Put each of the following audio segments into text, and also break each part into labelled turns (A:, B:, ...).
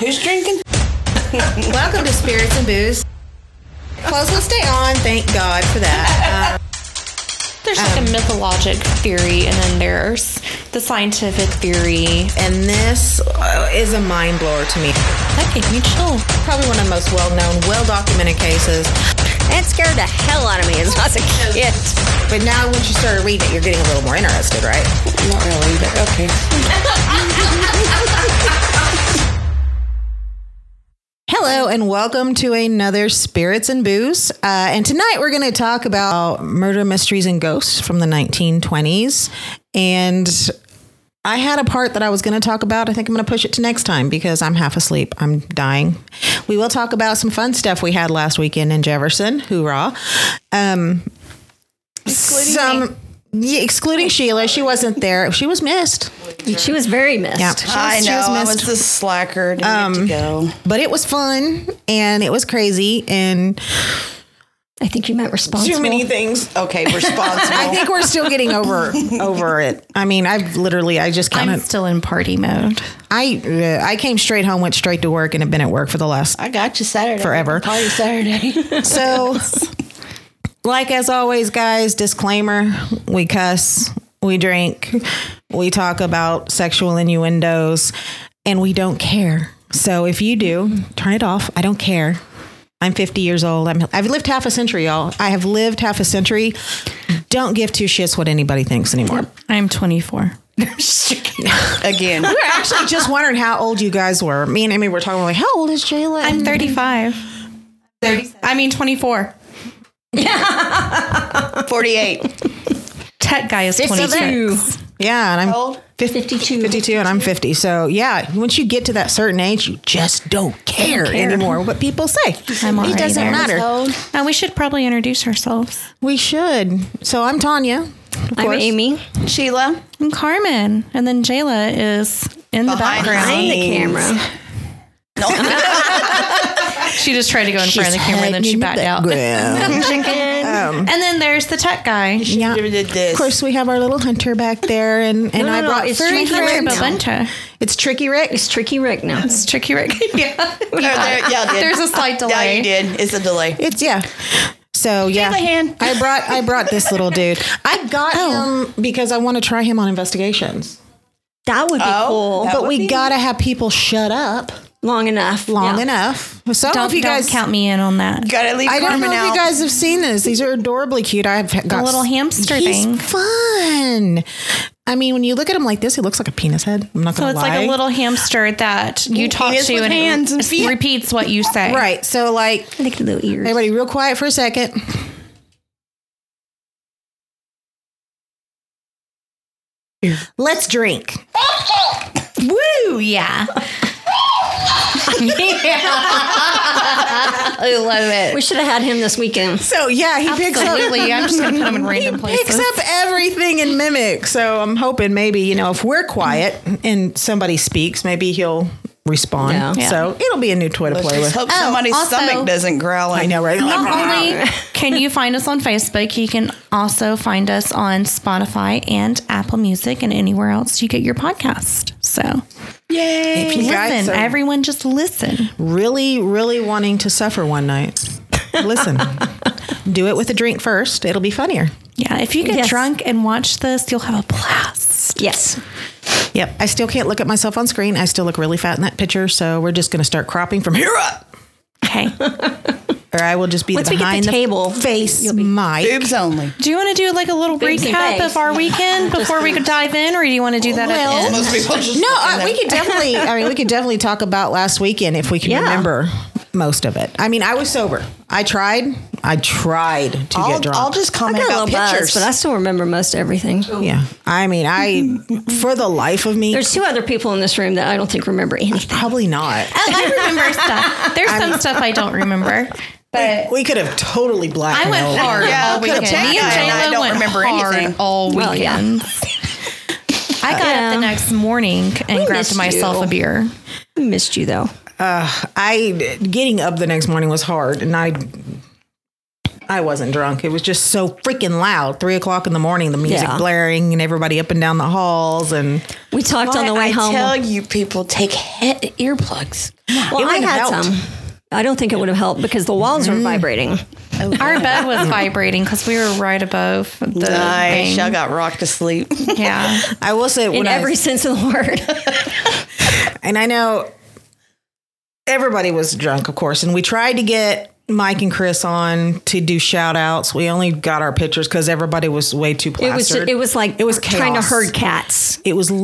A: Who's drinking?
B: Welcome to Spirits and Booze. Clothes will stay on. Thank God for that. Um,
C: There's like a mythologic theory, and then there's the scientific theory.
B: and this uh, is a mind blower to me.
C: That gave me chill.
B: Probably one of the most well-known, well-documented cases.
D: That scared the hell out of me as I was a kid.
B: But now, once you start reading it, you're getting a little more interested, right?
A: Not really, but okay.
B: Hello and welcome to another Spirits and Booze. Uh, and tonight we're going to talk about murder mysteries and ghosts from the 1920s. And I had a part that I was going to talk about. I think I'm going to push it to next time because I'm half asleep. I'm dying. We will talk about some fun stuff we had last weekend in Jefferson. Hoorah. Um, some. Yeah, excluding Sheila, she wasn't there. She was missed.
D: She was very missed.
B: Yeah,
A: I know. I was the slacker. Didn't
B: Um,
A: get to go.
B: but it was fun and it was crazy and
D: I think you meant responsible.
B: things.
A: Okay, responsible.
B: I think we're still getting over over it. I mean, I've literally I just
C: I'm
B: kind of
C: still in party mode.
B: I uh, I came straight home, went straight to work, and have been at work for the last
A: I got you Saturday.
B: Forever.
A: Call you Saturday.
B: So, like as always, guys, disclaimer we cuss, we drink, we talk about sexual innuendos, and we don't care. So, if you do, turn it off. I don't care. I'm 50 years old. I'm, I've lived half a century, y'all. I have lived half a century. Don't give two shits what anybody thinks anymore.
C: I'm 24.
A: Again.
B: I actually just wondered how old you guys were. Me and Amy were talking, we're like, how old is Jayla?
C: I'm 35. 30. I mean 24.
A: 48.
C: Tech guy is 26.
B: yeah, and I'm
A: old?
B: 52. 52 and I'm 50. So, yeah, once you get to that certain age, you just don't care, anymore what people say.
C: I'm
B: it
C: already
B: doesn't
C: there.
B: matter.
A: Old.
C: Uh, we should probably introduce ourselves.
B: We should. So, I'm Tanya. of
D: I'm
B: course.
D: Amy.
A: Sheila.
C: I'm Carmen. And then Jayla is in the
A: Behind the
C: background.
D: I'm the
A: Thanks.
D: camera.
C: She just tried to go in front of the camera and then she backed out.
B: out.
C: and then there's the tech guy.
B: yeah. Of
A: This. Of
B: course, we have our little hunter back there, and, and
D: No,
B: I
D: no, no,
B: brought
D: it's
B: furry
D: Tricky Rick
B: friend.
D: now.
C: Buncha.
B: It's Tricky Rick.
D: It's Tricky Rick now.
C: It's tricky, Rick. yeah.
A: yeah, I did.
C: There's a slight
A: Yeah,
C: delay.
A: you did. It's a delay.
B: It's yeah. So yeah,
A: hand.
B: I brought I brought this little dude. Oh. I got him because I want to try him on investigations.
D: That would be
A: Oh,
D: cool.
A: that
B: But
A: would
B: we
A: be-
B: gotta have people shut up
D: long enough.
B: long
D: Yeah.
B: enough. So
C: Don't,
B: if you
C: don't
B: guys
C: count me in on that.
A: Gotta leave
B: I don't
A: Carmen
B: know if
A: out.
B: you guys have seen this. These are adorably cute. I've got
C: The little hamster
B: he's
C: thing.
B: Fun. I mean, when you look at him like this, he looks like a penis head. I'm not
C: So
B: gonna
C: it's
B: lie.
C: like a little hamster that you talk
A: Penis
C: to
A: with
C: and
A: hands
C: it
A: and feet.
C: repeats what you say.
B: right. So like
D: I think little ears.
B: everybody, real quiet for a second. Let's drink.
C: Woo, yeah. I love
D: We
C: it.
D: should have had him this weekend.
B: So yeah, he picks up.
C: Absolutely. I'm just going to put them in random
B: Picks
C: places.
B: up everything and mimics. So I'm hoping maybe you know if we're quiet and somebody speaks, maybe he'll respond.
D: Yeah.
C: Yeah.
B: So it'll be a new toy to
A: Let's
B: play
A: just
B: with.
A: hope somebody's
C: also-
A: stomach doesn't growl.
B: Oh, I know, right?
C: Not only can you find us on Facebook, you can also find us on Spotify and Apple Music and anywhere else you get your podcast. So
A: Yay.
B: If you guys
C: listen,
B: are
C: everyone just listen.
B: really, really wanting to suffer one night, listen, do it with a drink first. It'll be funnier.
C: Yeah, if you get
D: Yes.
C: drunk and watch this, you'll have a blast.
D: Yes.
B: Yep. I still can't look at myself on screen. I still look really fat in that picture. So we're just going to start cropping from here up,
C: Okay.
B: or I will just be
D: Once we get the
B: behind the,
D: table,
B: face. My
A: Boobs only.
C: do you want to do like a little
D: Boobs and
C: recap
D: face.
C: of our weekend before we could dive in, or do you want to do that
B: Well,
C: at the end?
A: Most people just
B: No,
A: look in
B: uh,
A: there.
B: we could definitely. I mean, we could definitely talk about last weekend if we can
D: Yeah.
B: remember most of it. I mean, I was sober. I tried. I tried to get
A: I'll,
B: drunk.
A: I'll just
D: I
A: comment
D: got a little
A: about
D: buzz,
A: pictures.
D: but I still remember most everything.
B: yeah. I mean, I for the life of me,
D: There's two other people in this room that I don't think remember anything.
B: probably not.
D: Uh,
C: I remember stuff. There's some stuff I don't remember, but
B: We could have totally blacked.
C: I went hard
A: Yeah,
C: all
A: we could
C: weekend.
A: check
C: Me and
A: that, and I
C: Jayla
A: don't
C: went
A: remember
C: hard
A: anything.
C: all weekend.
D: Well, yeah.
C: I got up the next morning and grabbed
D: missed
C: myself
D: you.
C: a beer.
D: I missed you though.
B: I getting up the next morning was hard, and I I wasn't drunk. It was just so freaking loud. Three o'clock in the morning, the music
D: Yeah.
B: blaring and everybody up and down the halls. And
D: We talked on the way
A: I
D: home.
A: tell you, people take he- earplugs.
D: well, I
B: wouldn't
D: had
B: help.
D: some. I don't think it would have helped because the walls were vibrating.
C: Our bed was vibrating because we were right above the
A: Nice.
C: thing.
A: Y'all got rocked to sleep.
C: Yeah.
B: I will say,
D: In
B: when I-
D: every sense of the word.
B: and I know everybody was drunk, of course, and we tried to get Mike and Chris on to do shout outs. We only got our pictures because everybody was way too
D: It was
B: plastered.
D: it was like
B: It was
D: trying to
B: chaos.
D: herd cats.
B: It was
D: it's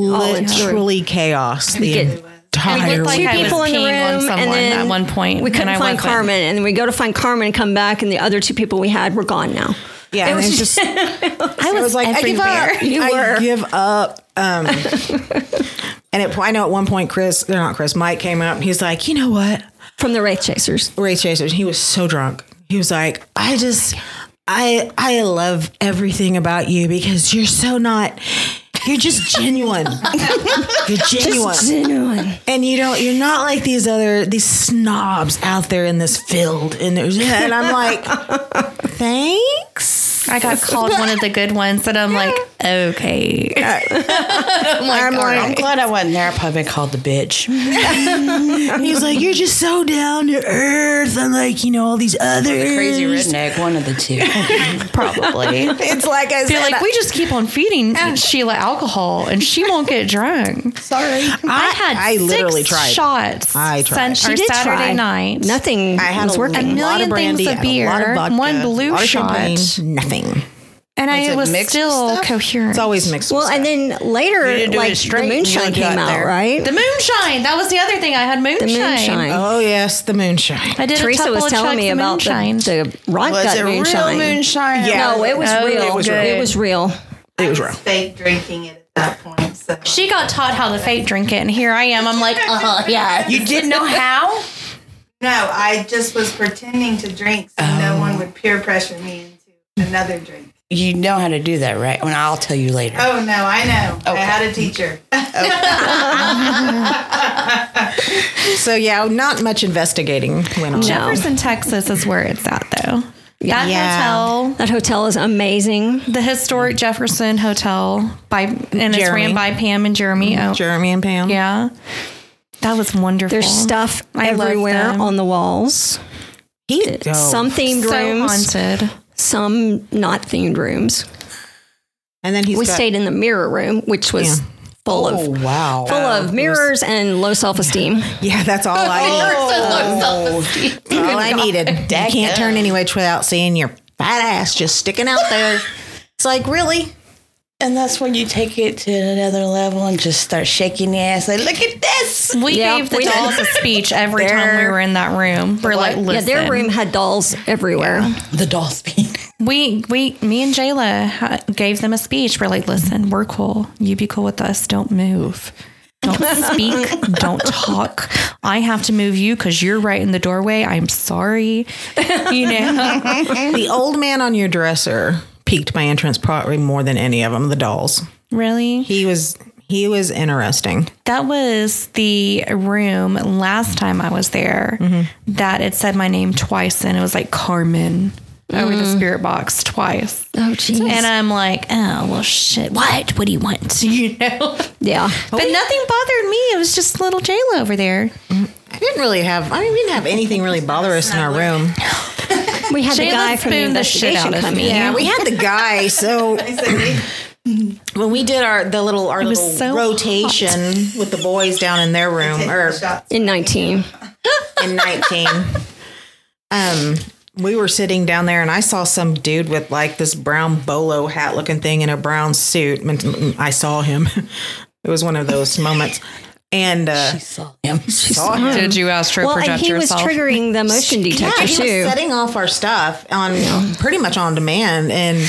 D: true.
B: literally chaos. The
D: get-
B: entire
C: looked like
B: week.
C: I was
D: People in the room
C: peeing on someone
D: and then
C: at one point,
D: We couldn't
C: and I
D: find
C: wasn't.
D: Carmen, and then we go to find Carmen and come back, and the other two people we had were gone now.
B: yeah,
D: it
B: and
D: was
B: it's just
C: I was,
B: I was like, I give up.
D: You
B: I
D: were.
B: give up. Um, and at, I know at one point, Chris, they're not Chris, Mike came up and he's like, you know what?
D: From the Wraith Chasers.
B: Ray Chasers, he was so drunk. He was like, I just, I, I love everything about you because you're so not, you're just genuine. you're genuine.
D: Genuine.
B: and you don't you're not like these other these snobs out there in this field and there's and i'm like thanks
C: I got called one of the good ones, and I'm like, okay. I'm like,
A: I'm
C: all right.
A: glad I wasn't there. I probably been called the bitch.
B: he's like you're just so down to earth and like you know all these other
A: Crazy redneck, one of the two. probably.
B: it's like i
C: They're
B: said
C: like, we just keep on feeding Sheila alcohol, and she won't get drunk.
A: Sorry.
C: I, had
B: I literally
C: six
B: tried.
C: shots.
B: I tried.
C: Sun-
D: She
C: or
D: did
C: Saturday
D: try.
C: night.
D: Nothing.
B: I had
D: was
B: a,
D: working.
B: a
C: million
B: lot of brandy,
C: things of
B: I had a lot
C: beer,
B: of vodka,
C: one blue
B: a lot of
C: shot.
B: champagne, nothing.
C: and I
A: Was it
C: was
A: mixed
C: still
A: stuff?
C: coherent.
B: It's always mixed.
D: Well,
B: with
D: and then later,
A: didn't do it
D: like
A: straight
D: the
A: and you
D: moonshine
A: only
D: came
A: got
D: out,
A: there.
D: right?
C: the moonshine. That was the other thing I had. Moonshine.
D: The moonshine.
B: stuff. oh yes, the moonshine.
C: I did a
D: Teresa
C: couple
D: was
C: of
D: telling
C: chugs
D: me
C: of
D: about the,
C: moonshine.
D: the rock
A: Was
D: gut
A: it
D: moonshine.
A: real moonshine?
B: Yeah.
D: No, it was
C: Oh,
D: real.
C: it was real.
D: It was real.
B: It was wrong.
E: fake drinking it at that point. So
C: she got taught how to fake drink it, and here I am. I'm like, oh yeah.
A: You didn't know how?
E: no, I just was pretending to drink so no one would peer pressure me into another drink.
A: You know how to do that, right? Well, I'll tell you later.
E: Oh no, I know. I had a teacher.
B: So yeah, not much investigating went on.
D: No.
C: Jefferson, Texas is where it's at, though. That
B: Yeah.
C: hotel,
D: That hotel is amazing.
C: the historic Jefferson Hotel, by and it's
B: Jeremy. Mm-hmm.
C: ran by Pam and Jeremy. Oh,
B: Jeremy and Pam.
C: yeah, that was wonderful.
D: There's stuff
C: I love
D: everywhere
C: them.
D: on the walls.
B: he, oh.
D: Some themed
C: so
D: rooms,
C: haunted.
D: some not themed rooms.
B: and then he's
D: we
B: got-
D: stayed in the mirror room, which was full
A: Oh,
D: of
A: wow.
D: full of mirrors and low self esteem.
B: Yeah, that's all I needed. That's all I needed. You can't turn any which without seeing your fat ass just sticking out there. It's like really.
A: And that's when you take it to another level and just start shaking your ass. Like, look at this.
C: We
D: Yeah,
C: gave the
D: we did.
C: dolls a speech every time we
D: Their-
C: were in that room. We're like,
D: Yeah,
C: listen,
D: their room had dolls everywhere.
A: The doll speak.
C: we we me and Jayla ha- gave them a speech. We're like, listen, we're cool. You be cool with us. Don't move. Don't speak. don't talk. I have to move you because you're right in the doorway. I'm sorry. You know,
B: The old man on your dresser piqued my interest probably more than any of them. The dolls.
C: really.
B: He was he was interesting.
C: That was the room last time I was there that it said my name twice, and it was like Carmen over the spirit box twice.
D: Oh, jeez.
C: And I'm like, oh well, shit. What? What do you want? You know.
D: yeah.
C: But nothing bothered me. It was just little Jayla over there.
B: I didn't really have I mean, we didn't have anything really bother us in our room.
D: We had the
C: Jayla
D: guy from the
C: spooned the shit out
D: investigation
C: of
D: come
C: me.
D: in.
B: Yeah, we had the guy. So
E: I said, "Hey,
B: when we did our the little our
C: was
B: little
C: so
B: rotation with the boys down in their room
E: take
B: or
E: the shots.
D: In 19.
B: in 19. um, we were sitting down there and I saw some dude with like this brown bolo hat looking thing in a brown suit. And I saw him. It was one of those moments. And uh,
A: Saw him.
B: saw him.
C: Did you astro
D: Well, and he was triggering the motion
B: Yeah,
D: detector,
B: he was
D: too.
B: setting off our stuff on pretty much on demand. And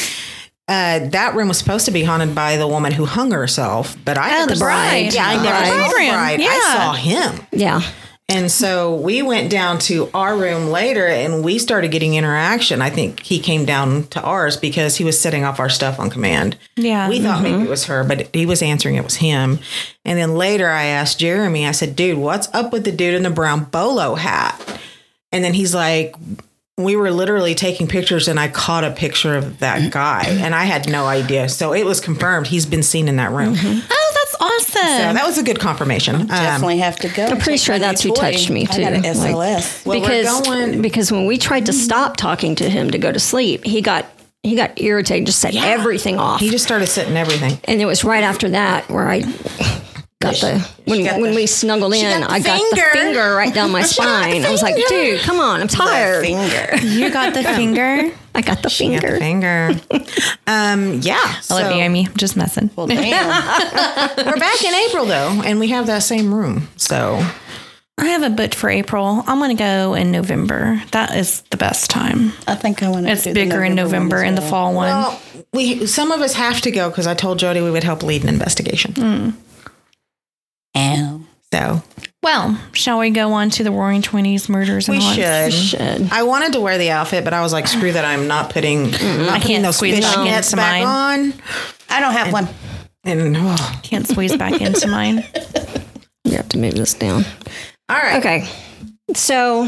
B: uh, that room was supposed to be haunted by the woman who hung herself. But I
C: Oh,
B: never
C: the
B: saw-
C: bride.
B: Yeah, I
D: The
B: never
D: bride.
B: saw the
C: Bride room.
B: bride. I
C: Yeah.
B: saw him.
D: Yeah.
B: And so we went down to our room later and we started getting interaction. I think he came down to ours because he was setting off our stuff on command.
C: Yeah.
B: We thought maybe it was her, but he was answering it was him. And then later I asked Jeremy, I said, dude, what's up with the dude in the brown bolo hat? And then he's like, we were literally taking pictures and I caught a picture of that guy and I had no idea. So it was confirmed he's been seen in that room.
C: Oh, that's
B: So
C: awesome.
B: that was a good confirmation. Um,
A: Definitely have to go.
D: I'm pretty sure that's who touched me
A: I
D: too.
A: got an
D: Like,
A: SLS.
B: Well, we're
D: because
B: going-
D: because when we tried to stop talking to him to go to sleep, he got he got irritated, just set everything off.
B: he just started sitting everything.
D: and it was right after that where I got the when
B: got
D: when
B: the-
D: we snuggled in,
A: got the
D: I got
A: finger.
D: the finger right down my spine. I was like, dude, come on, I'm tired.
A: Finger.
C: you got the finger.
D: I got the
B: He got the
D: finger.
B: finger. um, yeah.
C: I love you, Amy. I'm just messing.
A: Well, damn.
B: We're back in April though, and we have that same room. So
C: I have a booked for April. I'm going to go in November. That is the best time.
A: I think I want to.
C: It's bigger in November and the fall one.
B: well, we some of us have to go because I told Jody we would help lead an investigation.
A: And
B: So
C: Well, shall we go on to the Roaring Twenties murders? And
B: we
C: haunts?
B: should.
D: Should.
B: I wanted to wear the outfit, but I was like, screw that. I'm not putting, not
C: I
B: putting
C: can't
B: those
C: squeeze
B: fish
C: back
B: nets
C: into
B: back on.
A: I don't have one.
B: And oh.
C: Can't squeeze back into mine.
D: You have to move this down.
B: all right,
D: Okay. So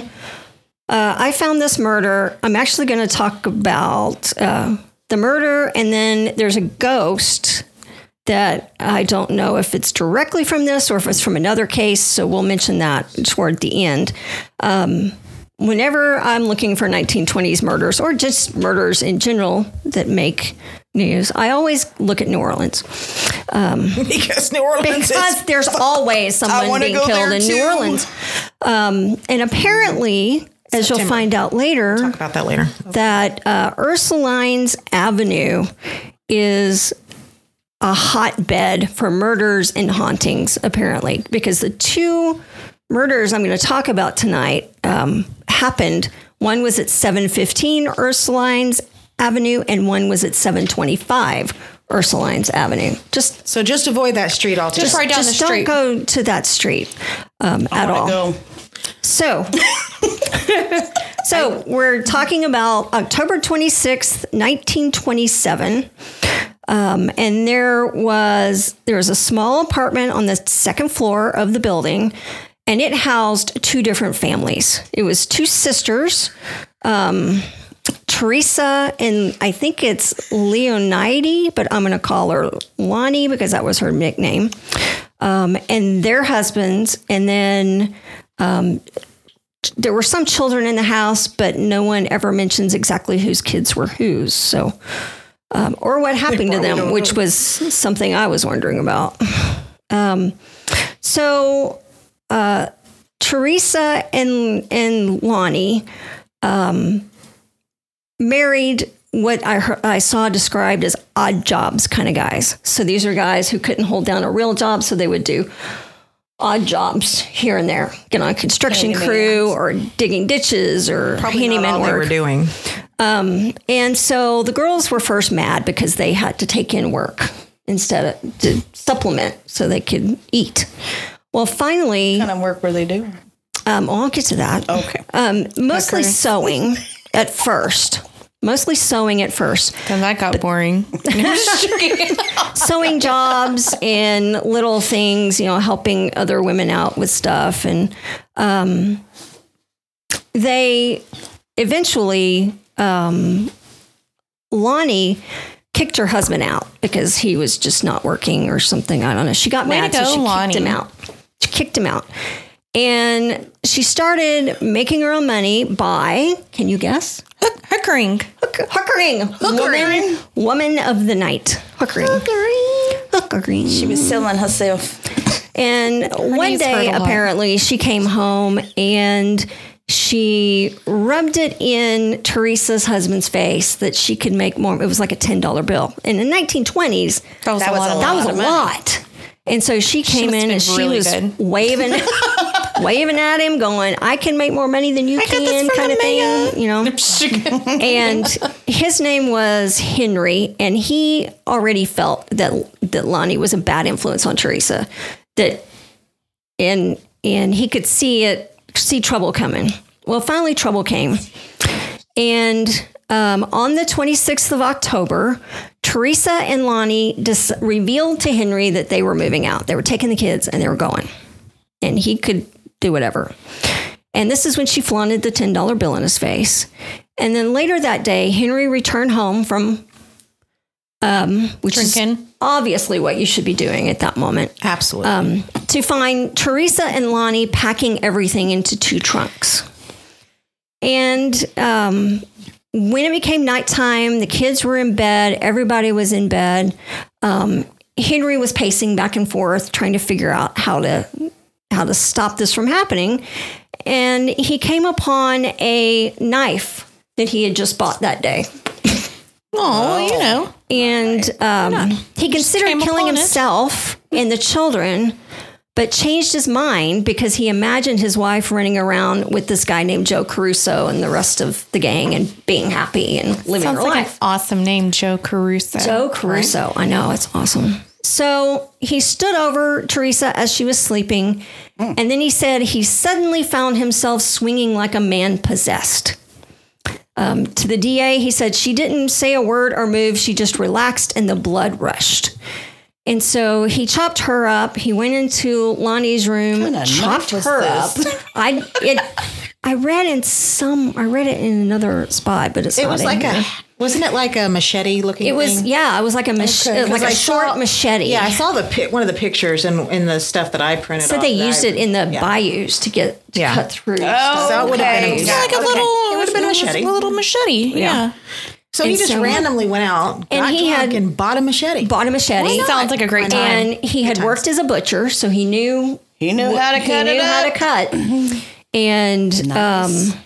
D: uh, I found this murder. I'm actually going to talk about uh, the murder, and then there's a ghost that I don't know if it's directly from this or if it's from another case. So we'll mention that toward the end. Um, whenever I'm looking for 1920s murders or just murders in general that make news, I always look at New Orleans
B: because New Orleans
D: because
B: is
D: there's always someone
B: wanna
D: being
B: go
D: killed
B: there
D: in New
B: too.
D: Orleans. Um, and apparently, as you'll
B: September.
D: find out later,
B: about that later.
D: that uh, Ursuline's Avenue is a hotbed for murders and hauntings, apparently, because the two murders I'm going to talk about tonight um, happened. One was at 715 Ursuline's Avenue, and one was at 725 Ursuline's Avenue. Just
B: So just avoid that street altogether.
C: Just right down
D: just
C: the street.
D: don't go to that street um, at all.
A: Go.
D: So, so we're talking about October 26th, 1927. Um, and there was there was a small apartment on the second floor of the building, and it housed two different families. It was two sisters, um, Teresa and I think it's Leonide, but I'm going to call her Lonnie because that was her nickname. Um, and their husbands, and then um, there were some children in the house, but no one ever mentions exactly whose kids were whose. So, um, or what happened to them, which was something I was wondering about. Um, so, uh, Teresa and and Lonnie um, married what I heard, I saw described as odd jobs kind of guys. So these are guys who couldn't hold down a real job, so they would do odd jobs here and there, get on a construction crew or digging ditches or
B: Not
D: handyman
B: all they were
D: work.
B: doing.
D: And so the girls were first mad because they had to take in work instead of to supplement so they could eat. Well, finally,
A: Kind of work were they doing?
D: um, well, I'll get to that.
A: Okay.
D: Um, mostly sewing at first. Mostly sewing at first.
C: Then that got boring.
D: sewing jobs and little things, you know, helping other women out with stuff. And um, they eventually, um, Lonnie kicked her husband out because he was just not working or something. I don't know. She got
C: Way to
D: mad,
C: go,
D: so she
C: Lonnie.
D: kicked him out. She kicked him out. And she started making her own money by, can you guess?
C: Hookering.
D: Hook- hookering. Hookering. Woman, woman of the night. Hookering. Hookering. Hookering. She was.
A: Selling herself.
D: And one
C: name's
D: day,
C: heard a lot.
D: apparently, she came home and she rubbed it in Teresa's husband's face that she could make more. It was like a ten dollar bill. And in the nineteen tneties,
C: That was a lot. of
D: that was
C: lot.
D: a lot. And so she came
C: must've
D: in
C: been
D: and she
C: really
D: was
C: good.
D: waving, waving at him, going, "I can make more money than you can," kind of thing, you know. and his name was Henry, and he already felt that that Lonnie was a bad influence on Teresa. That and and he could see it, see trouble coming. Well, finally, trouble came. And um, on the 26th of October, Teresa and Lonnie dis- revealed to Henry that they were moving out. They were taking the kids and they were going. And he could do whatever. And this is when she flaunted the $10 bill in his face. And then later that day, Henry returned home from, um, which is
C: Drinking.
D: obviously what you should be doing at that moment,
B: Absolutely.
D: um, to find Teresa and Lonnie packing everything into two trunks. And um, when it became nighttime, the kids were in bed, everybody was in bed. Um, Henry was pacing back and forth, trying to figure out how to how to stop this from happening. And he came upon a knife that he had just bought that day.
C: Oh, you know.
D: And um, he considered
C: came
D: killing
C: upon it.
D: himself and the children, but changed his mind because he imagined his wife running around with this guy named Joe Caruso and the rest of the gang and being happy and living
C: Sounds
D: her
C: like an
D: life.
C: awesome name, Joe Caruso.
D: Joe Caruso. I know, it's awesome. So he stood over Teresa as she was sleeping,
B: Hmm.
D: and then he said he suddenly found himself swinging like a man possessed. Um, to the DA, he said she didn't say a word or move. She just relaxed and the blood rushed. And so he chopped her up. He went into Lonnie's room,
A: Kinda
D: chopped
A: knife was
D: her
A: this?
D: up. I it, I read in some. I read it in another spot, but it's
B: it
D: not
B: was
D: in
B: like
D: here.
B: a, wasn't it like a machete looking
D: It was
B: thing?
D: yeah. It was like a mach-
B: Okay, 'cause
D: like a
B: I
D: short
B: saw-
D: machete.
B: Yeah, I saw the pi- one of the pictures and in, the stuff that I printed.
D: So
B: off
D: they
B: that I-
D: used it in the
B: yeah.
D: bayous to get to
B: Yeah.
D: cut through.
B: So it would have been a-
A: Okay.
B: yeah.
C: Like a little,
B: It would've been a machete.
C: A little machete. Yeah.
B: So he
D: and
B: just
D: so-
B: randomly went out and he had and bought a machete.
D: Bought a machete.
C: Sounds like a great time.
D: and he had worked as a butcher, so he knew
A: He knew how to
D: he
A: cut
D: knew
A: it
D: how
A: up.
D: to cut. And
A: Nice.
D: um,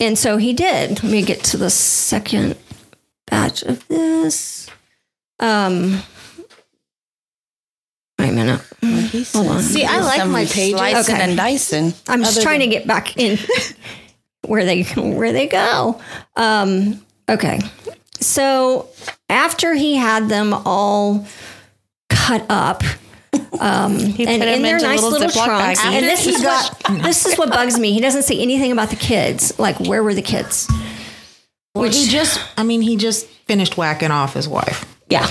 D: and so he did. Let me get to the second batch of this. Um, wait a minute. Hold on.
B: See, I like my pages.
A: Slicing
D: Okay.
A: and dicing.
D: I'm just trying to get back in where they where they go. Um, okay, so after he had them all cut up, um, and
C: put 'em
D: in their
C: into
D: nice
C: little
D: little
C: Ziploc
D: trunks,
C: baggies.
D: and
B: After
D: this
B: he
D: is what this is what bugs me. He doesn't say anything about the kids. Like, where were the kids?
B: Which he just, I mean, he just finished whacking off his wife.
D: Yeah.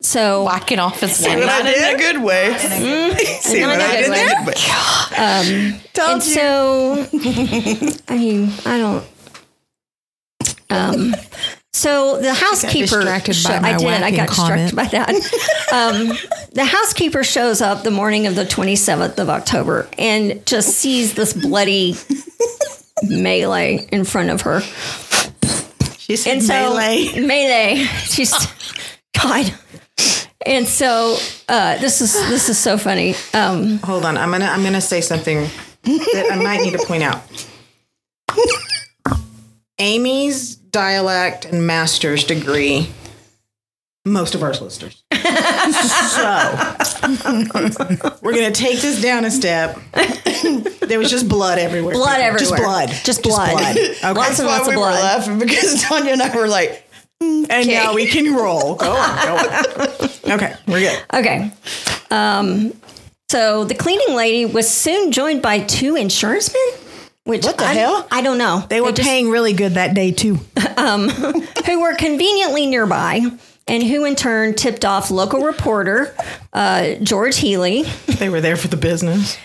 D: So
C: Whacking off his
F: But
C: leg.
F: I did a good way. See
D: Not
F: what
D: in a
F: I
D: good
F: did
D: way.
F: there? But
D: and so I mean, I don't. Um, so the housekeeper
B: distracted by
D: sho-
B: my
D: I did. I
B: whacking
D: got
B: comment.
D: distracted by that. Um, the housekeeper shows up the morning of the 27th of October and just sees this bloody melee in front of her.
F: she said
D: And so
F: melee.
D: melee. She's God. And so uh, this is this is so funny. Um,
B: Hold on, I'm gonna, I'm gonna say something that I might need to point out. Amy's dialect and master's degree. Most of our listeners. so we're gonna take this down a step. There was just blood everywhere.
D: Blood
B: people. Just
D: everywhere.
B: blood.
D: Just blood.
B: Okay.
D: Lots and
F: That's
D: lots
F: why
D: of
F: we were
D: blood.
F: laughing because Tanya and I were like, Oh,
B: And
D: Okay.
B: now we can roll. Go on, go on. Okay, we're good.
D: Okay. Um, so the cleaning lady was soon joined by two insurance men. Which
B: What the
D: I,
B: hell?
D: I don't know.
B: They were paying really good that day too.
D: who were conveniently nearby and who in turn tipped off local reporter uh, George Healy.
B: They were there for the business.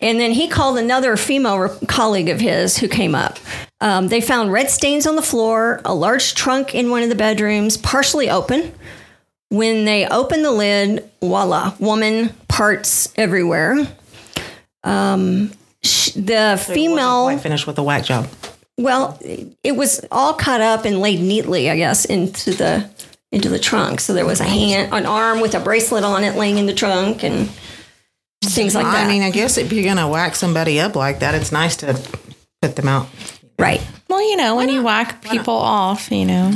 D: And then he called another female re- colleague of his who came up. Um, they found red stains on the floor, a large trunk in one of the bedrooms, partially open. When they opened the lid, voila, woman parts everywhere. Um, sh- the
B: I
D: female,
B: finished with a whack job.
D: well, it was all cut up and laid neatly, I guess, into the into the trunk. So there was a hand, an arm with a bracelet on it, laying in the trunk, and things like that.
B: I mean, I guess if you're gonna whack somebody up like that, it's nice to put them out.
D: right.
C: Well, you know, when you whack people off, you know.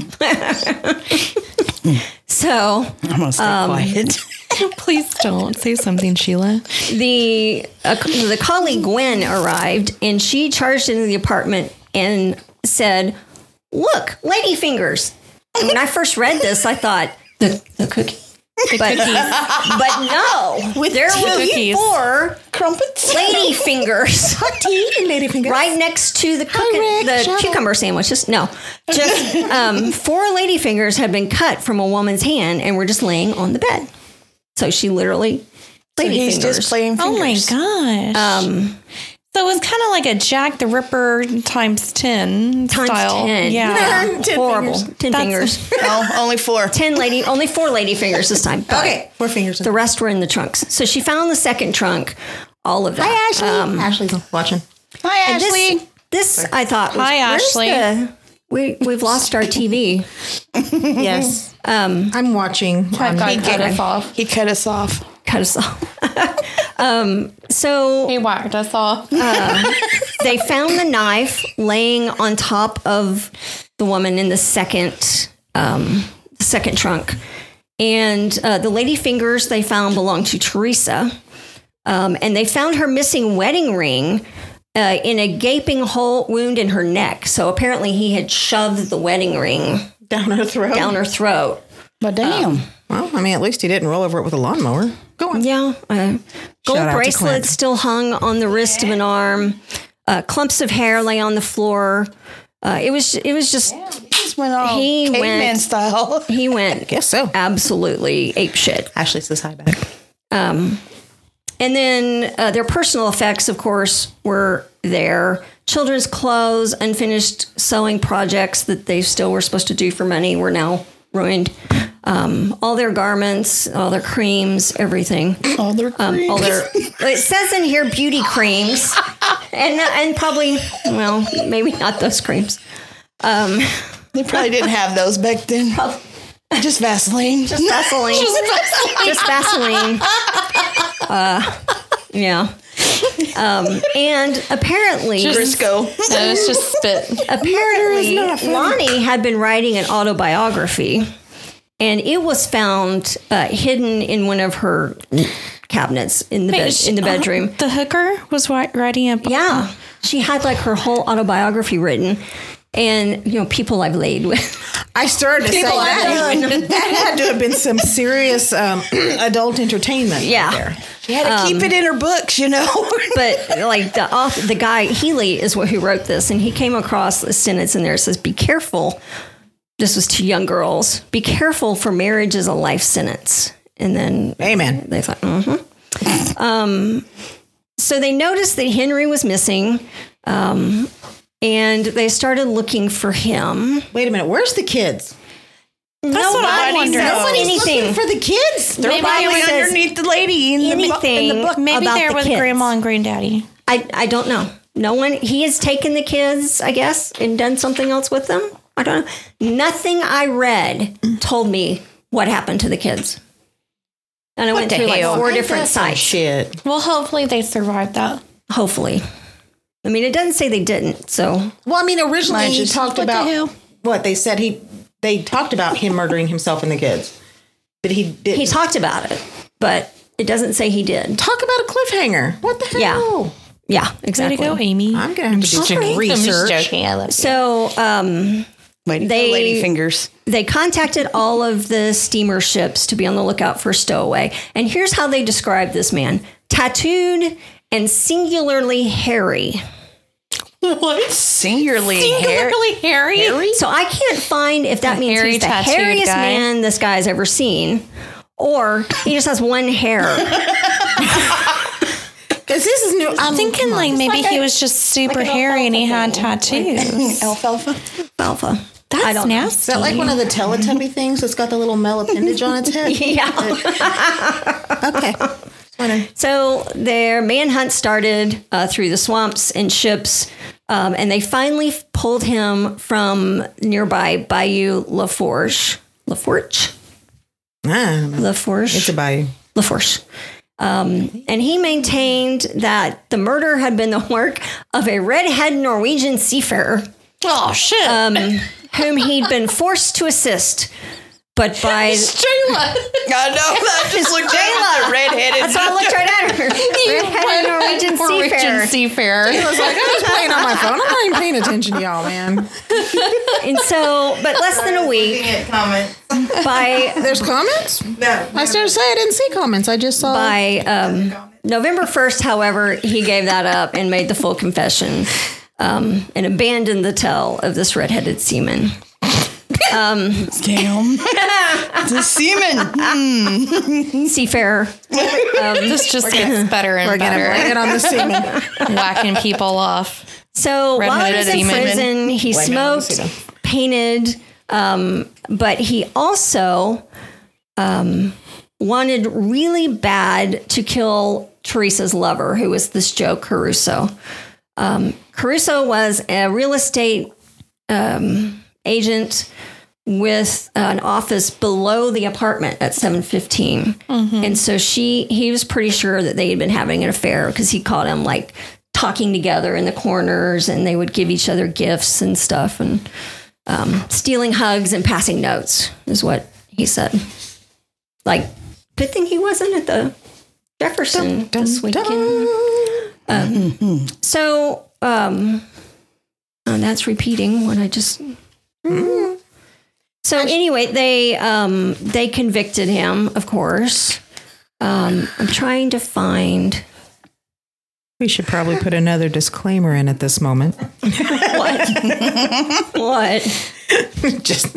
D: So
A: I'm gonna stay
D: Um,
A: quiet.
C: Please don't say something, Sheila.
D: the uh, the colleague Gwen arrived and she charged into the apartment and said, "Look, lady fingers." And when I first read this, I thought the the cookie, but but no, there
C: cookies.
D: were four
A: Crumpets.
D: lady fingers right next to the cook-
B: Rick,
D: the
B: shut up.
D: cucumber sandwiches. No, just um, four lady fingers had been cut from a woman's hand and were just laying on the bed. So she literally. Lady
A: He's
D: fingers.
A: just playing
C: Oh my
A: fingers.
C: gosh.
D: Um,
C: So it was kind of like a Jack the Ripper times 10
D: Times
C: style.
D: 10.
C: Yeah.
B: Ten
D: Horrible.
B: fingers.
D: Ten
C: That's-
D: fingers.
A: Oh,
F: No, only four.
D: Ten lady, only four lady fingers this time. But
B: Okay, four fingers.
D: The rest were in the trunks. So she found the second trunk, all of that.
B: Hi, Ashley. Um, Ashley's watching.
A: Hi,
D: And
A: Ashley.
D: this, this I thought. Was,
C: Hi,
D: where's
C: Ashley.
D: the- we we've lost our TV.
B: Yes. Um, I'm watching.
C: I've got
B: Um,
C: cut us off.
F: He cut us off.
D: Cut us off. um, so um,
C: He whacked us off.
D: they found the knife laying on top of the woman in the second um, the second trunk, and uh, the lady fingers they found belonged to Teresa, um, and they found her missing wedding ring. Uh, in a gaping hole wound in her neck. So apparently he had shoved the wedding ring
B: down her throat.
D: down her throat.
A: But damn.
F: Uh,
B: Well, I mean, at least he didn't roll over it with a lawnmower. Go on.
D: Yeah. Uh, gold
B: out to Clint.
D: bracelet still hung on the wrist of an arm. Uh, clumps of hair lay on the floor. Uh, it was it was just
A: just went all
D: He
B: Oh,
A: caveman
D: went-
A: style.
D: he went
B: Guess so.
D: absolutely ape shit.
B: Ashley says hi back.
D: Um, And then uh, their personal effects, of course, were there. Children's clothes, unfinished sewing projects that they still were supposed to do for money were now ruined. Um, all their garments, all their creams, everything.
A: All their
D: Um, all their it says in here beauty creams, and and probably well maybe not those creams.
F: They probably didn't have those back then. Just Vaseline. Just
D: Vaseline. just Vaseline. Uh, yeah. Um, and apparently,
F: Briscoe.
C: no, it's just spit.
D: apparently, Lonnie had been writing an autobiography, and it was found uh, hidden in one of her cabinets in the bed, in the bedroom.
C: The hooker was wi- riding a.
D: Yeah. She had like her whole autobiography written and, you know, people I've laid with.
B: I started to say that. That had to have been some serious um, adult entertainment. right
D: Yeah.
B: there.
F: She had to keep it in her books, you know.
D: But like the author, the guy, Healy, is what who wrote this. And he came across a sentence in there that says, Be careful. This was to young girls. Be careful, for marriage is a life sentence. And then
B: Amen.
D: they thought, mm hmm. Um, so they noticed that Henry was missing. Um, and they started looking for him.
B: Wait a minute. Where's the kids?
D: That's
C: what I wondered.
D: Nobody anything.
B: for the kids.
D: Nobody says
A: underneath the lady in
D: anything
A: the, in the book.
C: Maybe
D: about
C: there
D: the
C: with
D: kids.
C: grandma and granddaddy.
D: I, I don't know. No one, he has taken the kids, I guess, and done something else with them. I don't know. Nothing I read told me what happened to the kids. And I went through like four different sites,
B: Shit.
C: Well, hopefully they survived that.
D: hopefully. I mean, it doesn't say they didn't. So,
B: Well, I mean, originally he talked
A: the
B: about
A: hell?
B: what they said. He they talked about him murdering himself and the kids, but he didn't
D: he talked about it, but it doesn't say he did.
B: talk about a cliffhanger. What the
D: Yeah.
B: hell?
D: Yeah,
C: Way to
D: exactly.
C: go, Amy.
B: I'm gonna have to do some
C: I'm just
B: research.
C: joking. I love you.
D: So, um,
A: Waiting
D: They-
A: for lady fingers.
D: they contacted all of the steamer ships to be on the lookout for a stowaway. And here's how they described this man tattooed and singularly hairy.
A: Singularly, hair.
C: Singularly hairy.
D: So I can't find if that means
C: hairy
D: he's the
C: tattooed
D: hairiest
C: guy.
D: man this guy's ever seen. Or he just has one hair.
B: Because this is new.
C: I'm thinking like maybe he was just super hairy and he had tattoos.
F: Alfalfa.
D: Alpha. I
C: That's
D: don't know.
C: nasty.
B: Is that like one of the Teletubby things that's got the little male appendage on its head?
D: Yeah.
B: Okay.
D: So their manhunt started uh, through the swamps and ships, um, and they finally f- pulled him from nearby Bayou Laforge. Laforge? Laforge?
B: It's a bayou.
D: LaForge. Um, and he maintained that the murder had been the work of a redhead Norwegian seafarer
C: Oh shit.
D: whom he'd been forced to assist. But by
C: Jayla.
F: I know. I just looked at redheaded.
D: that's why I looked right at her. Redheaded Norwegian, seafarer.
C: seafarer.
B: I was like, I was playing on my phone. I'm not even paying attention to y'all, man.
D: And so, but less than a week
E: Get comments.
D: by
B: There's comments?
E: No.
B: I started to say I didn't see comments. I just saw.
D: by um, November 1st, however, he gave that up and made the full confession um, and abandoned the tale of this redheaded seaman.
F: Damn. the semen.
D: Seafarer.
C: This just gets better and
B: We're going to blame
C: better.
B: it on the semen.
C: Whacking people off.
D: So while he
C: Red-headed
D: was in
C: demon.
D: prison, he
B: Blame it on the
D: smoked,
B: semen.
D: painted, um, but he also um, wanted really bad to kill Teresa's lover, who was this Joe Caruso. Um, Caruso was a real estate um, agent with uh, an office below the apartment at 715 and so she he was pretty sure that they had been having an affair because he caught him like talking together in the corners and they would give each other gifts and stuff and um, stealing hugs and passing notes is what he said like good thing he wasn't at the jefferson this weekend Um, so um, oh, that's repeating what i just so anyway, they um, they convicted him, of course. Um, I'm trying to find
B: We should probably put another disclaimer in at this moment.
D: what
B: just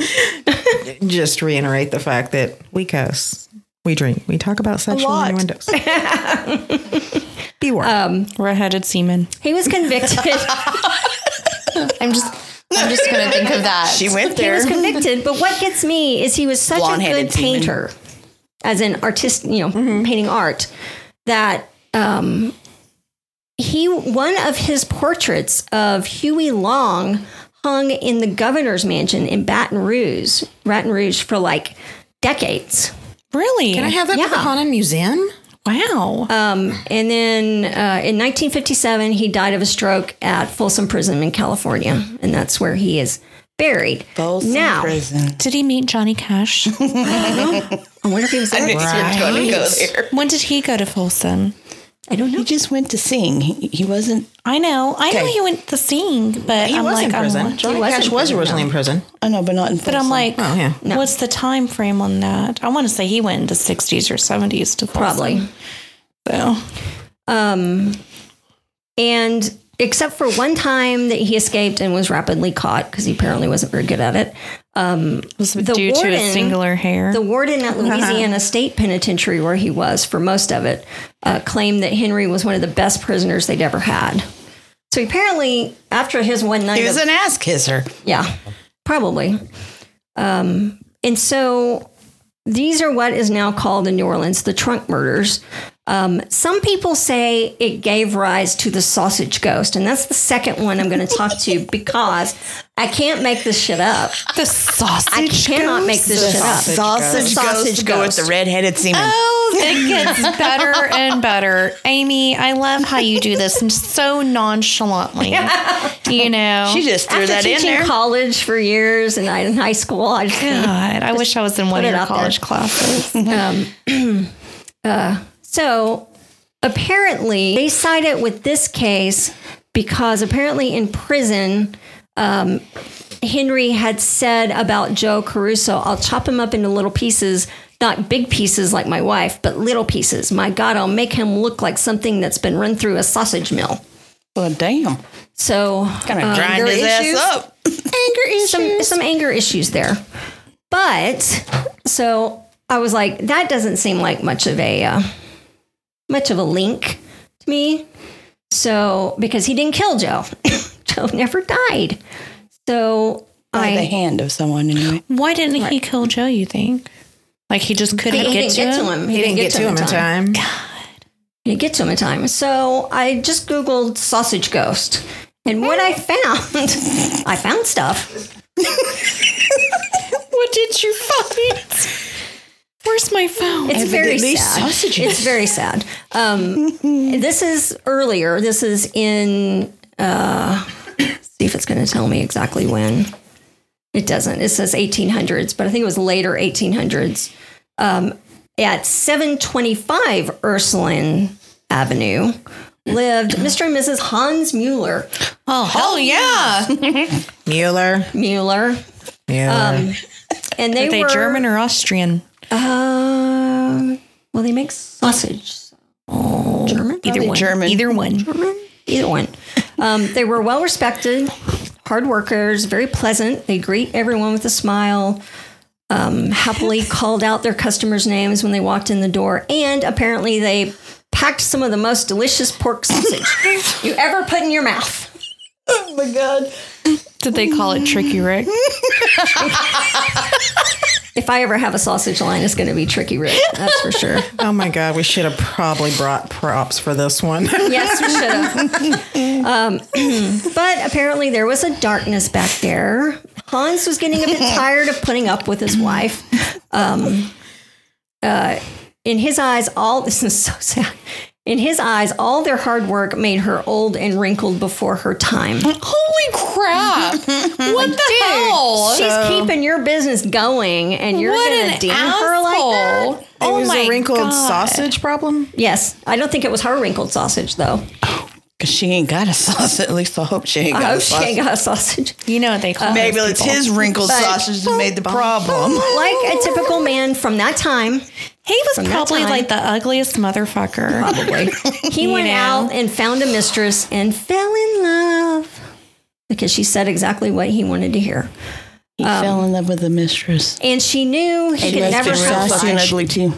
B: just reiterate the fact that we cuss, we drink, we talk about sexual
F: lot.
B: innuendos. Beware.
C: Redheaded semen.
D: he was convicted.
C: I'm just I'm just gonna think of that.
F: She went
D: he
F: there.
D: was convicted, but what gets me is he was such a
F: Blonde-headed
D: good
F: demon. Mm-hmm.
D: painter, as an artist, you know, painting art, that um, he one of his portraits of Huey Long hung in the governor's mansion in Baton Rouge, Baton Rouge for like decades.
C: Really?
B: Can I Uh, have that for the
D: Yeah.
B: Haunted Museum?
C: wow.
D: Um, and then uh, in 1957, he died of a stroke at Folsom Prison in California, and that's where he is buried.
A: Folsom
D: now,
A: prison.
C: did he meet Johnny Cash?
D: I wonder if he was there.
F: You're going to go there.
C: when did he go to Folsom?
D: I don't know.
A: He just went to sing. He, he wasn't.
C: I know. I know
A: Okay.
C: he went to sing, but
B: He
C: I'm
B: was
C: like,
B: in prison.
C: I'm,
B: Johnny
D: was in
B: Cash was
D: prison,
B: originally in prison.
F: I know, but not in
C: but I'm like,
B: Oh yeah.
C: what's the time frame on that? I want to say he went into 60s or 70s to Folsom.
D: Probably.
C: So
D: Um, and except for one time that he escaped and was rapidly caught because he apparently wasn't very good at it. um,
C: was
D: The
C: due to
D: warden-
C: his singular hair.
D: The warden at Louisiana State Penitentiary, where he was for most of it, uh, claimed that Henry was one of the best prisoners they'd ever had. So apparently, after his one night,
F: he was
D: of-
F: an ass kisser.
D: Yeah, probably. Um, and so these are what is now called in New Orleans the trunk murders. Um, some people say it gave rise to the sausage ghost, and that's the second one I'm going to talk to because I can't make this shit up.
C: the sausage.
D: I cannot make this shit up.
F: Sausage,
D: Sausage
F: ghost, go with
D: ghost.
F: the red-headed semen.
C: Oh, it gets better and better. Amy, I love how you do this and so nonchalantly. You know,
F: she just threw
D: After
F: that in
D: teaching
F: there.
D: college for years and I, in high school, I just
C: God, I wish I was in one of
D: it
C: your
D: out there.
C: college classes.
D: So apparently, they side it with this case because apparently in prison, um, Henry had said about Joe Caruso, I'll chop him up into little pieces, not big pieces like my wife, but little pieces. My God, I'll make him look like something that's been run through a sausage mill.
F: Well, damn. Um,
D: So, um,
F: Gonna grind
B: your
F: his
B: issues?
F: ass up.
D: anger issues. Some, some anger issues there. But so I was like, that doesn't seem like much of a uh, much of a link to me. So because he didn't kill Joe, Joe never died. So
F: By the
D: I
F: hand of someone, anyway.
C: Why didn't he kill Joe, you think? Like he just couldn't
D: he
C: get,
D: didn't
C: to, him?
D: He,
B: He didn't get to him in time.
D: You get to him in time. So I just Googled sausage ghost. And what I found, I found stuff.
C: What did you find? Where's my phone?
D: It's very sad. It's very sad. Um, this is earlier. This is in, uh, see if it's going to tell me exactly when. It doesn't. It says 1800s, but I think it was later 1800s. Um, at 725 Ursuline Avenue lived Mr. and Mrs. Hans Mueller.
C: oh, hell yeah.
B: Mueller.
D: Mueller.
B: Mueller.
D: And they
C: Are they
D: were
C: German or Austrian?
D: Uh, well, they make sausage. German? Either
C: Either one.
D: Either one. Um, they were well respected, hard workers, very pleasant. They greet everyone with a smile, um, happily called out their customers' names when they walked in the door, and apparently they packed some of the most delicious pork sausage you ever put in your mouth.
F: Oh my god.
C: Did they call it Tricky Rick?
D: If I ever have a sausage line, it's going to be tricky, Rick. That's for sure.
B: Oh my God, we should have probably brought props for this one.
D: Yes, we should have. Um, but apparently, there was a darkness back there. Hans was getting a bit tired of putting up with his wife. Um, uh, in his eyes, all this is so sad. In his eyes, all their hard work made her old and wrinkled before her time.
C: Holy crap! What the hell?
D: She's keeping your business going, and you're
C: what
D: going
C: an
D: to damn her like that.
C: asshole!
B: It
C: Oh
B: was
C: my
B: a wrinkled
C: God.
B: sausage problem.
D: Yes, I don't think it was her wrinkled sausage though.
F: Cause she ain't got a sausage. At least I hope she ain't
D: I
F: got a
D: hope she
F: sausage.
D: ain't got a sausage.
C: You know what they call
F: Maybe
C: those
F: it's
C: people.
F: his wrinkled sausage that made the problem.
D: Like a typical man from that
C: He
D: time,
C: was
D: that
C: probably
D: time.
C: like the ugliest motherfucker.
D: probably. He went
C: know.
D: out and found a mistress and fell in love because she said exactly what he wanted to hear.
F: He fell in love with the mistress.
D: And she knew he could Um, never have
F: sassy and
D: sausage.
F: ugly too.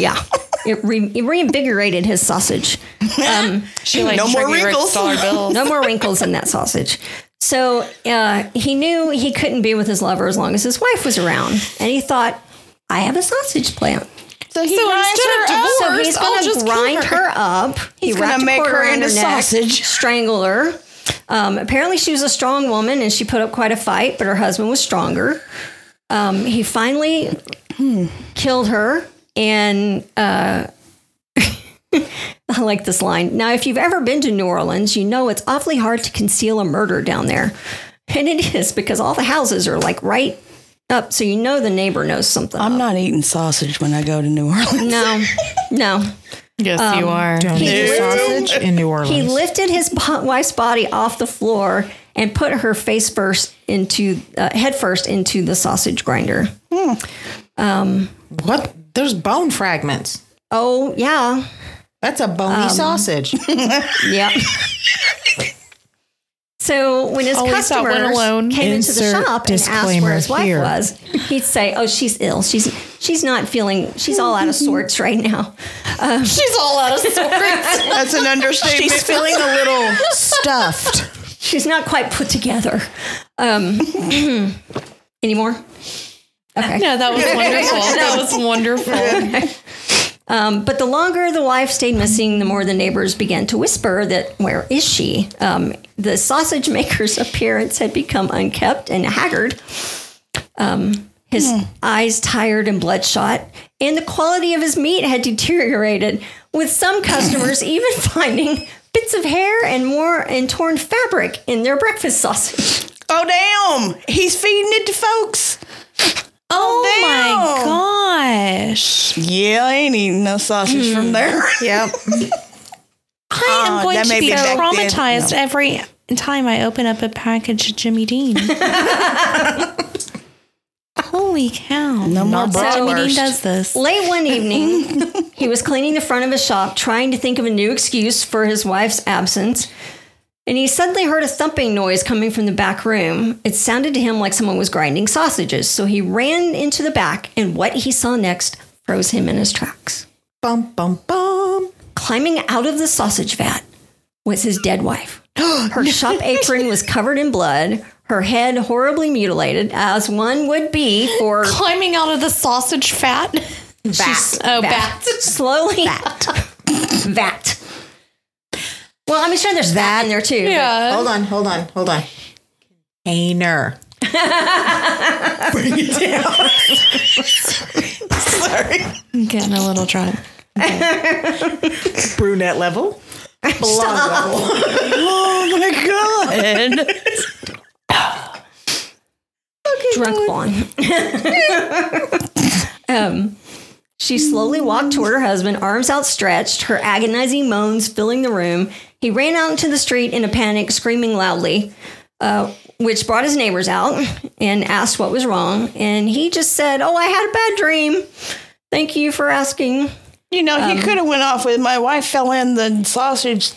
D: Yeah. It, re- it reinvigorated his sausage.
C: She like
F: No more
C: Tricky Rick's
F: wrinkles.
C: dollar bills.
D: No more wrinkles in that sausage. So uh, he knew he couldn't be with his lover as long as his wife was around. And he thought, I have a sausage plant.
F: So he
C: So
F: grinds
C: instead
F: her
C: of
F: up.
C: divorce-
D: So he's
C: I'll
D: going
C: just
D: to
C: kill
D: grind
C: her.
D: her. up. He
F: He's gonna
D: wrapped a
F: make
D: quarter
F: her
D: around
F: into
D: neck,
F: sausage.
D: strangle her. Um, apparently, she was a strong woman and she put up quite a fight, but her husband was stronger. Um, he finally killed her. And uh, I like this line. Now, if you've ever been to New Orleans, you know it's awfully hard to conceal a murder down there. And it is because all the houses are like right up. So you know the neighbor knows something.
F: I'm not eating sausage when I go to New Orleans.
D: no, no.
C: Yes, you are.
B: Don't eat sausage in New Orleans.
D: He lifted his bo- wife's body off the floor and put her face first into uh, head first into the sausage grinder.
B: what? There's bone fragments.
D: Oh yeah,
B: That's a bony sausage.
D: yeah. so when his
C: Always that one
D: customers
C: alone.
D: came into
B: Insert
D: the shop and asked where his
B: disclaimer here.
D: wife was, he'd say, "Oh, she's ill. She's she's not feeling. She's all out of sorts right now."
C: She's all out of sorts.
F: That's an understatement.
B: She's feeling a little stuffed.
D: she's not quite put together um, anymore. Okay.
C: no, that was wonderful. That was wonderful.
D: Um, but the longer the wife stayed missing, the more the neighbors began to whisper that where is she? Um, the sausage maker's appearance had become unkept and haggard. Um, his eyes tired and bloodshot, and the quality of his meat had deteriorated. With some customers even finding bits of hair and more and torn fabric in their breakfast sausage.
F: oh damn! He's feeding it to folks.
C: Oh my Oh gosh.
F: Yeah, I ain't eating no sausage
D: Hmm.
F: from there.
B: Yep.
C: I am
F: Oh,
C: going
F: that
C: to
F: may
C: Ah, be
F: be back then.
C: traumatized every time I open up a package of Jimmy Dean. Holy cow. No
F: more
C: Jimmy Dean
F: bratwurst.
C: does this.
D: Late one evening, he was cleaning the front of his shop, trying to think of a new excuse for his wife's absence. And he suddenly heard a thumping noise coming from the back room. It sounded to him like someone was grinding sausages. So he ran into the back, and what he saw next froze him in his tracks.
B: Bum bum bum.
D: Climbing out of the sausage vat was his dead wife. Her shop apron was covered in blood, her head horribly mutilated, as one would be for
C: Climbing out of the sausage fat.
D: Bat.
C: Oh,
D: bat. Slowly. Bat. Vat. Well, I'm sure there's that in there too. but-
C: Yeah.
B: Hold on, hold on, hold on. Hainer.
C: I'm getting a little drunk.
B: Brunette level.
F: Oh my god!
D: drunk blonde. um, she slowly walked toward her husband, arms outstretched, her agonizing moans filling the room. He ran out into the street in a panic, screaming loudly, uh, which brought his neighbors out and asked what was wrong. And he just said, "Oh, I had a bad dream. Thank you for asking."
F: you know
D: um,
F: he could have went off with my wife fell in the sausage.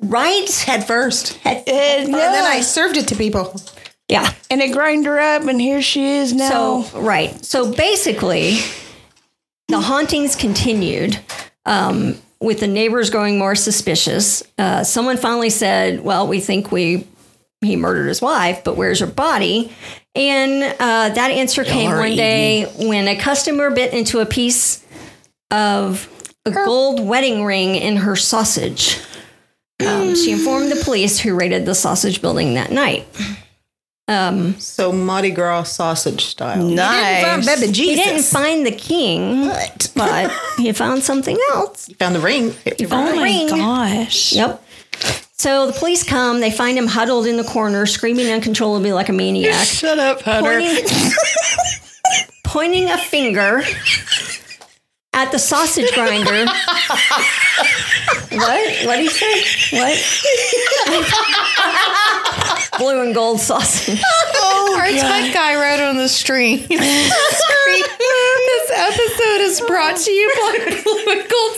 D: Right?
B: Head first.
F: And,
B: And then
F: yeah.
B: I served it to people.
D: Yeah.
A: and it ground her up, and here she is now.
D: So right. So basically, the hauntings continued, um, with the neighbors growing more suspicious. Uh, someone finally said, "Well, we think we he murdered his wife, but where's her body?" And uh, that answer came
A: are
D: one day when a customer bit into a piece of a gold wedding ring in her sausage. Um, she informed the police, who raided the sausage building that night.
B: So Mardi Gras sausage style.
A: nice.
B: Found baby
D: He
B: Jesus.
D: didn't find the king,
B: What?
D: but he found something else.
B: Found the ring.
C: Oh my
D: Ring.
C: gosh.
D: Yep. So the police come. They find him huddled in the corner, screaming uncontrollably like a maniac,
A: Shut up, Hunter.
D: pointing, pointing a finger at the sausage grinder. what? What do you say? What? Blue and gold sausage.
C: Oh,
G: Our tech guy wrote on the stream. this episode is brought to you by Blue and Gold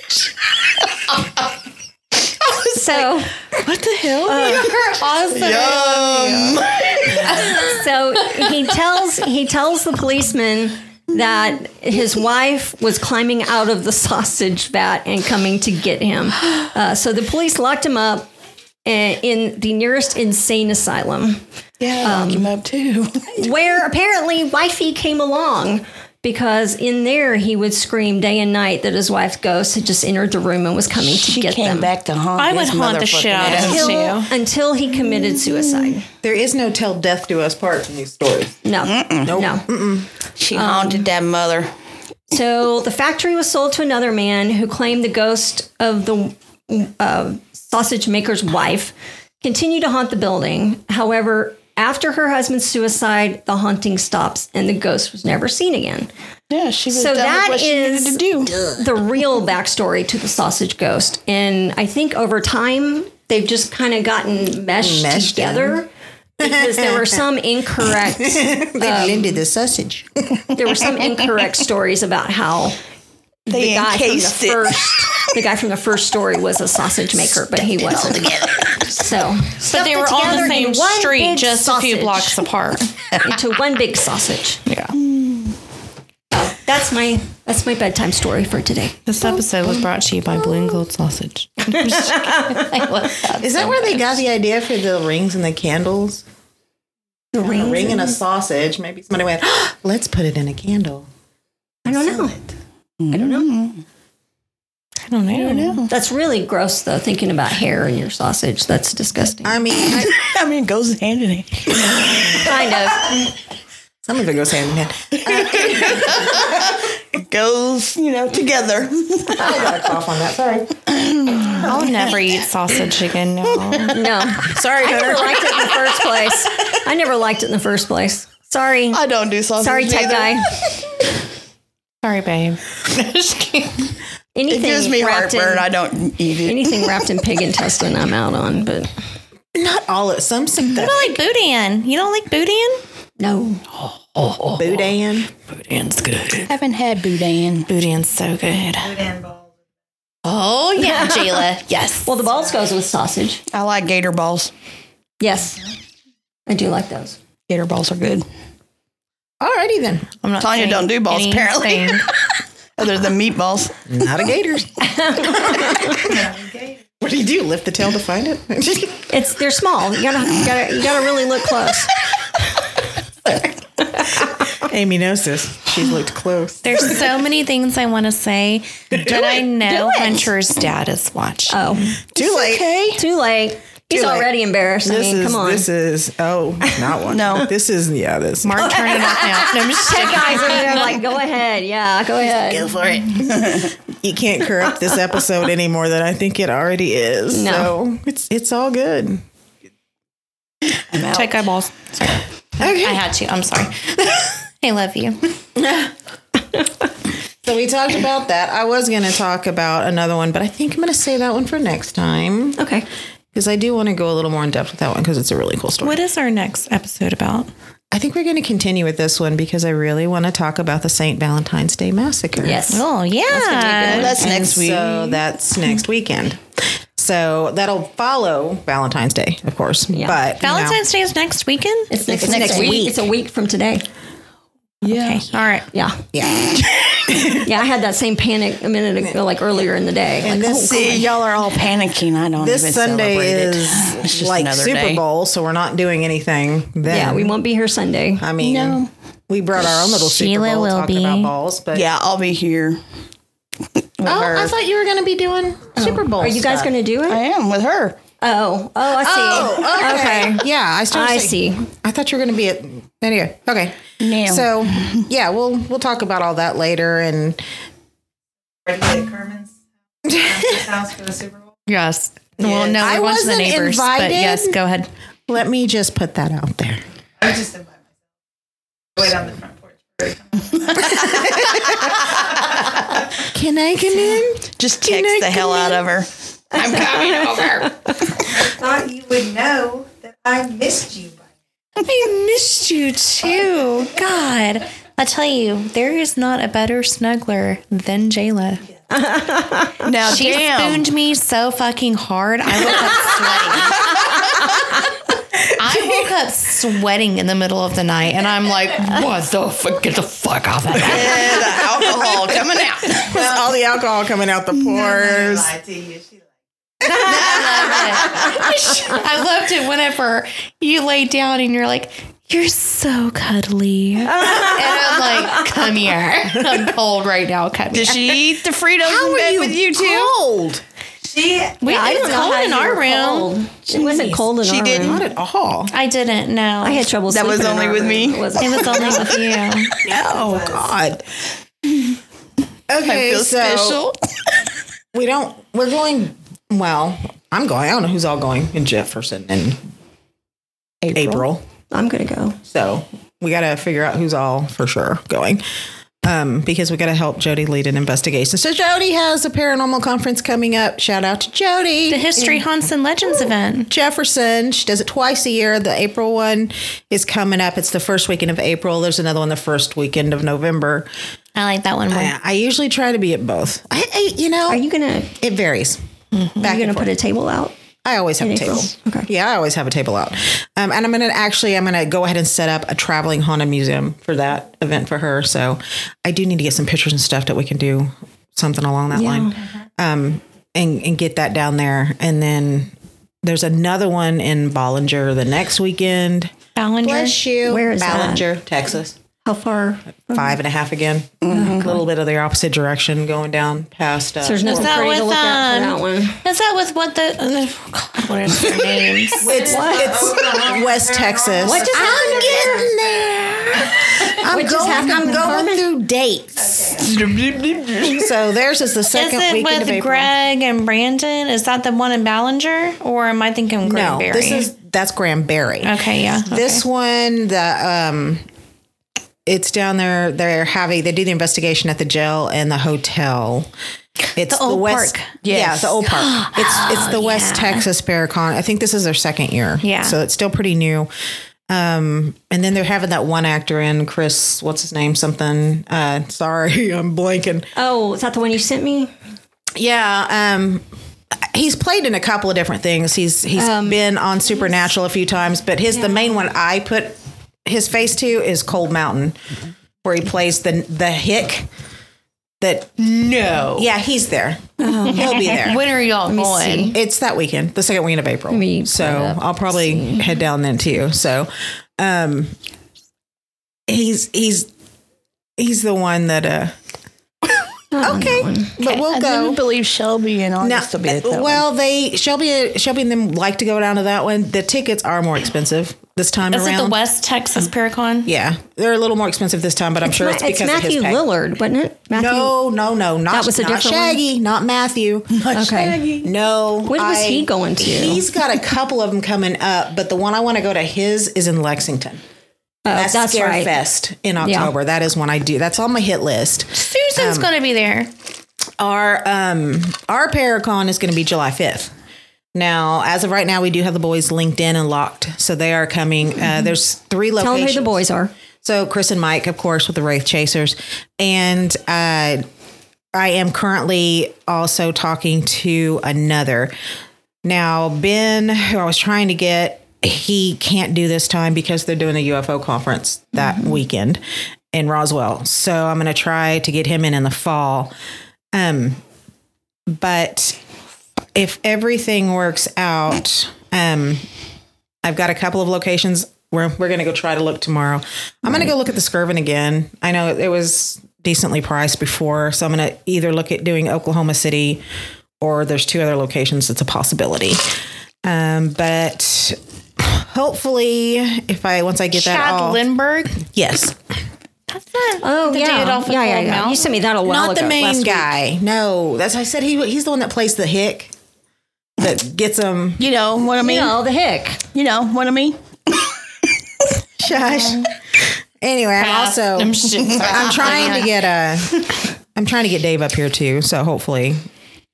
G: Sausage.
D: So, uh,
G: You're awesome.
D: so he tells he tells the policeman that his wife was climbing out of the sausage vat and coming to get him. Uh, so the police locked him up eh, in the nearest insane asylum,
A: yeah, lock him up too.
D: where apparently wifey came along. Because in there he would scream day and night that his wife's ghost had just entered the room and was coming to
A: She
D: get
A: came
D: them
A: back to haunt.
C: I would
A: his
C: haunt the
A: motherfucking
C: shit out
A: ass.
C: of him
D: until,
C: too.
D: until he committed suicide.
B: There is no tell death do us part in these stories.
D: No, no.
F: She haunted that mother.
D: So the factory was sold to another man who claimed the ghost of the uh, sausage maker's wife continued to haunt the building. However, after her husband's suicide, the haunting stops and the ghost was never seen again.
A: Yeah, she was done
D: So
A: with
D: that
A: what she
D: is
A: needed to do.
D: the real backstory to the sausage ghost. And I think over time, they've just kind of gotten meshed,
B: Meshed in.
D: together. because there were some incorrect
B: They blended the sausage.
D: there were some incorrect stories about how
A: They
D: the guy from the
A: encased it.
D: first the guy from the first story was a sausage maker, but he wasn't. So
C: But they were all on the same street, just a few blocks
D: apart.
C: apart.
D: into one big sausage.
C: Yeah.
D: Oh, that's my that's my bedtime story for today.
C: This episode was brought to you by Blue and Gold Sausage.
B: Is that where they got the idea for the rings and the candles?
D: The
B: A
D: ring.
B: ring and a sausage. Maybe somebody went, let's put it in a candle.
D: I don't know.
A: Mm-hmm.
C: I don't know.
D: That's really gross though. Thinking about hair in your sausage, that's disgusting.
B: I mean, I,
A: I mean, it goes hand in hand.
D: kind of.
B: some of it goes hand in hand.
A: It goes, you know, together.
B: I got a cough on that. Sorry.
C: I'll never eat sausage again now.
D: No,
B: Sorry,
D: I never
B: Hunter.
D: liked it in the first place. I never liked it in the first place. Sorry,
F: I don't do sausage.
D: sorry, tech
F: neither.
D: guy.
C: Sorry, babe.
D: Anything
F: It gives me
D: wrapped
F: heartburn.
D: in-
F: I don't eat it.
D: anything wrapped in pig intestine, I'm out on. But
B: Not all of some synthetic
C: I like boudin. You don't like boudin?
D: no,
B: boudin.
F: haven't had boudin.
C: Boudin's so good.
E: Boudin balls.
G: Oh, yeah, Jayla. Yes.
D: well, the balls goes with sausage.
F: I like gator balls.
D: Yes, I do like those.
F: Gator balls are good.
B: Alrighty then.
C: I'm not
F: Tanya
C: saying
F: don't do balls, apparently.
C: anything.
F: Other than meatballs.
B: Not a gator's. what do you do? Lift the tail to find it?
D: It's they're small. You gotta you gotta you gotta really look close.
B: Amy knows this. She's looked close.
C: There's so many things I want to say that I know Hunter's dad is watching.
D: Oh,
B: Too late.
D: too late. He's
B: Too late.
D: already embarrassed.
B: This
D: I mean,
B: is
D: come on.
B: this is oh not one
F: No.
B: this is yeah this
C: Mark, turn it off now. No, I'm just
D: Hey guys, over there, like go ahead. Yeah, go ahead.
B: for it. you can't corrupt this episode any more than I think it already is.
D: No.
B: So it's it's all good.
C: Check guy balls. Sorry. I
B: Okay.
C: had to. I'm sorry. I love you.
B: So we talked about that. I was going to talk about another one, but I think I'm going to save that one for next time
D: Okay.
B: because I do want to go a little more in depth with that one because it's a really cool story.
C: What is our next episode about?
B: I think we're going to continue with this one because I really want to talk about the St. Valentine's Day massacre.
D: Yes.
C: Oh yeah.
F: That's next week.
B: So that's next weekend. So that'll follow Valentine's Day, of course. But you know,
C: Valentine's Day is next weekend.
D: It's next, it's next week. It's a week from today.
C: Okay. All right.
D: Yeah.
B: yeah.
D: Yeah, I had that same panic a minute ago, like earlier in the day.
A: And
D: Like, oh,
A: this, see, y'all are all panicking. I don't.
B: This
A: even
B: Sunday
A: celebrate it. It's
B: is
A: just
B: like
A: another
B: Super
A: day.
B: Bowl, so we're not doing anything then.
D: yeah, we won't be here Sunday.
B: I mean, we brought our own little Super
C: Sheila
B: Bowl
C: will
B: talking
C: be.
B: about balls, but
A: Yeah, I'll be here.
B: Oh, I thought you were going to be doing Super Bowl.
D: Are you guys going to do it?
A: I am with her.
D: Oh, oh, I see.
B: Oh,
D: okay.
B: Yeah, I started.
D: I
B: saying-
D: see.
B: I thought you were going to be at anyway. Okay.
A: No.
B: So yeah, we'll we'll talk about all that later. And
E: Ready at Kerman's Kerman's house for the Super Bowl.
C: Yes. Well, no,
B: I
C: we went to the
B: wasn't
C: neighbors, but
B: invited.
C: yes, go ahead.
B: let me just put that out there.
E: I'm just in by myself. Wait on the front porch.
B: Can I come in?
A: Just text the hell out of her. I'm coming over.
E: Thought you would know that I missed you. by
C: I missed you too. God. I tell you, there is not a better snuggler than Jayla.
A: Now,
C: She
A: damn.
C: spooned me so fucking hard. I woke up sweating. I woke up sweating in the middle of the night, and I'm like, "What the fuck? Get the fuck off of that!"
A: And the alcohol coming out.
B: all the alcohol coming out the
E: I
B: pores.
E: lied to you. She lied.
C: I loved it. I loved it whenever you lay down and you're like, "You're so cuddly," and I'm like, "Come here. I'm cold right now. Come
A: Did
C: here."
A: she eat the Fritos in bed with you too?
B: Cold.
E: She
C: We
D: I
C: it
D: don't
C: was
D: know
C: cold
D: how
C: in
D: you
C: our
D: were
C: room.
D: cold. It wasn't cold in
A: She
D: our
A: didn't?
D: room.
B: Not at all.
C: I didn't know.
D: I had trouble.
A: That was
D: sleeping in
A: only
D: our
A: with
D: room.
A: me?
D: It wasn't.
C: it was only with you.
B: Oh God. Okay,
A: I feel
B: so
A: special.
B: we don't. We're going. Well, I'm going. I don't know who's all going. And Jefferson and April.
D: I'm gonna go.
B: So we got to figure out who's all for sure going. Um, because we got to help Jody lead an investigation. So Jody has a paranormal conference coming up. Shout out to Jody.
C: The History Haunts and Legends event.
B: Jefferson. She does it twice a year. The April one is coming up. It's the first weekend of April. There's another one the first weekend of November.
C: I like that one more.
B: I I usually try to be at both. I, I you know,
D: Are you gonna? Mm-hmm.
B: it varies. Back
D: Are you
B: and
D: gonna
B: forth.
D: put a table out?
B: I always have a
D: April?
B: table.
D: Okay.
B: Yeah, I always have a table out. Um, and I'm gonna actually, I'm gonna go ahead and set up a traveling haunted museum for that event for her. So I do need to get some pictures and stuff that we can do something along that line, um, and and get that down there. And then there's another one in Bollinger the next weekend.
C: Ballinger.
B: you.
D: Where is that?
B: Bollinger, Texas?
D: How far?
B: Five and a half again. A little bit of the opposite direction, going down past. Uh,
D: There's nothing
C: that
D: pretty to
C: with,
D: look at for
C: um,
D: that one.
C: Is that with what the oh, God? What is their names?
B: It's, it's West Texas.
D: What just happened?
B: I'm getting there. I'm going,
D: What just happened
B: I'm
D: in
B: going
D: Carmen?
B: through dates. so theirs is the
C: Is
B: second
C: it
B: weekend of
C: with
B: April.
C: Greg and Brandon? Is that the one in Ballinger, or am I thinking Greg
B: no,
C: Barry?
B: this is that's Graham Berry.
C: okay. Yeah,
B: This one, the um, it's down there. They're having they do the investigation at the jail and the hotel. It's the,
C: old
B: West,
C: park.
B: yeah, the old park. It's it's the West Texas Paracon. I think this is their second year,
C: Yeah.
B: So it's still pretty new. Um, and then they're having that one actor in Chris, what's his name? Something. Uh, sorry, I'm blanking.
D: Oh, is that the one you sent me?
B: Yeah. Um, he's played in a couple of different things. He's he's been on Supernatural a few times, but his the main one I put his face to is Cold Mountain, where he plays the the hick. That no, yeah, he's there. He'll be there.
C: When are y'all
B: oh,
C: going?
B: It's that weekend, the second weekend of April.
D: me
B: so I'll probably head down then too. So, um, he's he's he's the one that uh. Okay, but we'll
A: I
B: go.
A: didn't believe Shelby and
B: Now,
A: August will be at that one.
B: well, they Shelby Shelby and them like to go down to that one. The tickets are more expensive this time
C: Is it
B: around.
C: the West Texas Paracon?
B: Yeah, they're a little more expensive this time, but I'm sure
D: Ma-
B: it's because of his
D: Matthew
B: pay.
D: Lillard, wasn't it? Matthew. Oh,
B: No, no, no, not
D: That was a
B: not
D: different one?
B: Shaggy, not Matthew.
D: Okay. Shaggy.
B: No,
D: When was he going to?
B: He's got a couple of them coming up, but the one I want to go to his is in Lexington. that's
D: Oh, that's
B: Scare
D: right.
B: Fest in October. That is one I do. That's on my hit list.
C: Susan's
B: Um,
C: going to be there.
B: our um our paracon is going to be july 5th now as of right now we do have the boys linked in and locked so they are coming uh, there's three
D: Tell me who
B: locations
D: the boys are.
B: so chris and mike of course with the wraith chasers and uh, i am currently also talking to another Now, Ben, who I was trying to get, he can't do this time because they're doing a UFO conference that weekend in Roswell. So I'm going to try to get him in in the fall. Um, but if everything works out, um, I've got a couple of locations. We're, we're going to go try to look tomorrow. I'm going to go look at the Skirvin again. I know it was decently priced before. So I'm going to either look at doing Oklahoma City or there's two other locations that's a possibility. Um, but hopefully, if I once I get that
G: Chad
B: all,
G: Lindbergh.
B: yes,
G: That's it.
D: Oh
G: the
D: yeah,
G: David off of
D: yeah, yeah, yeah. You
G: Mountain.
D: sent me that a while
B: not
D: ago.
B: the
D: last
B: main
D: week.
B: guy. No, that's I said he he's the one that plays the hick that gets him.
A: You know what I mean?
D: No, the hick.
A: You know what I mean?
B: Shush. Anyway, I'm also
G: Them shits.
B: I'm trying to get uh I'm trying to get Dave up here too. So hopefully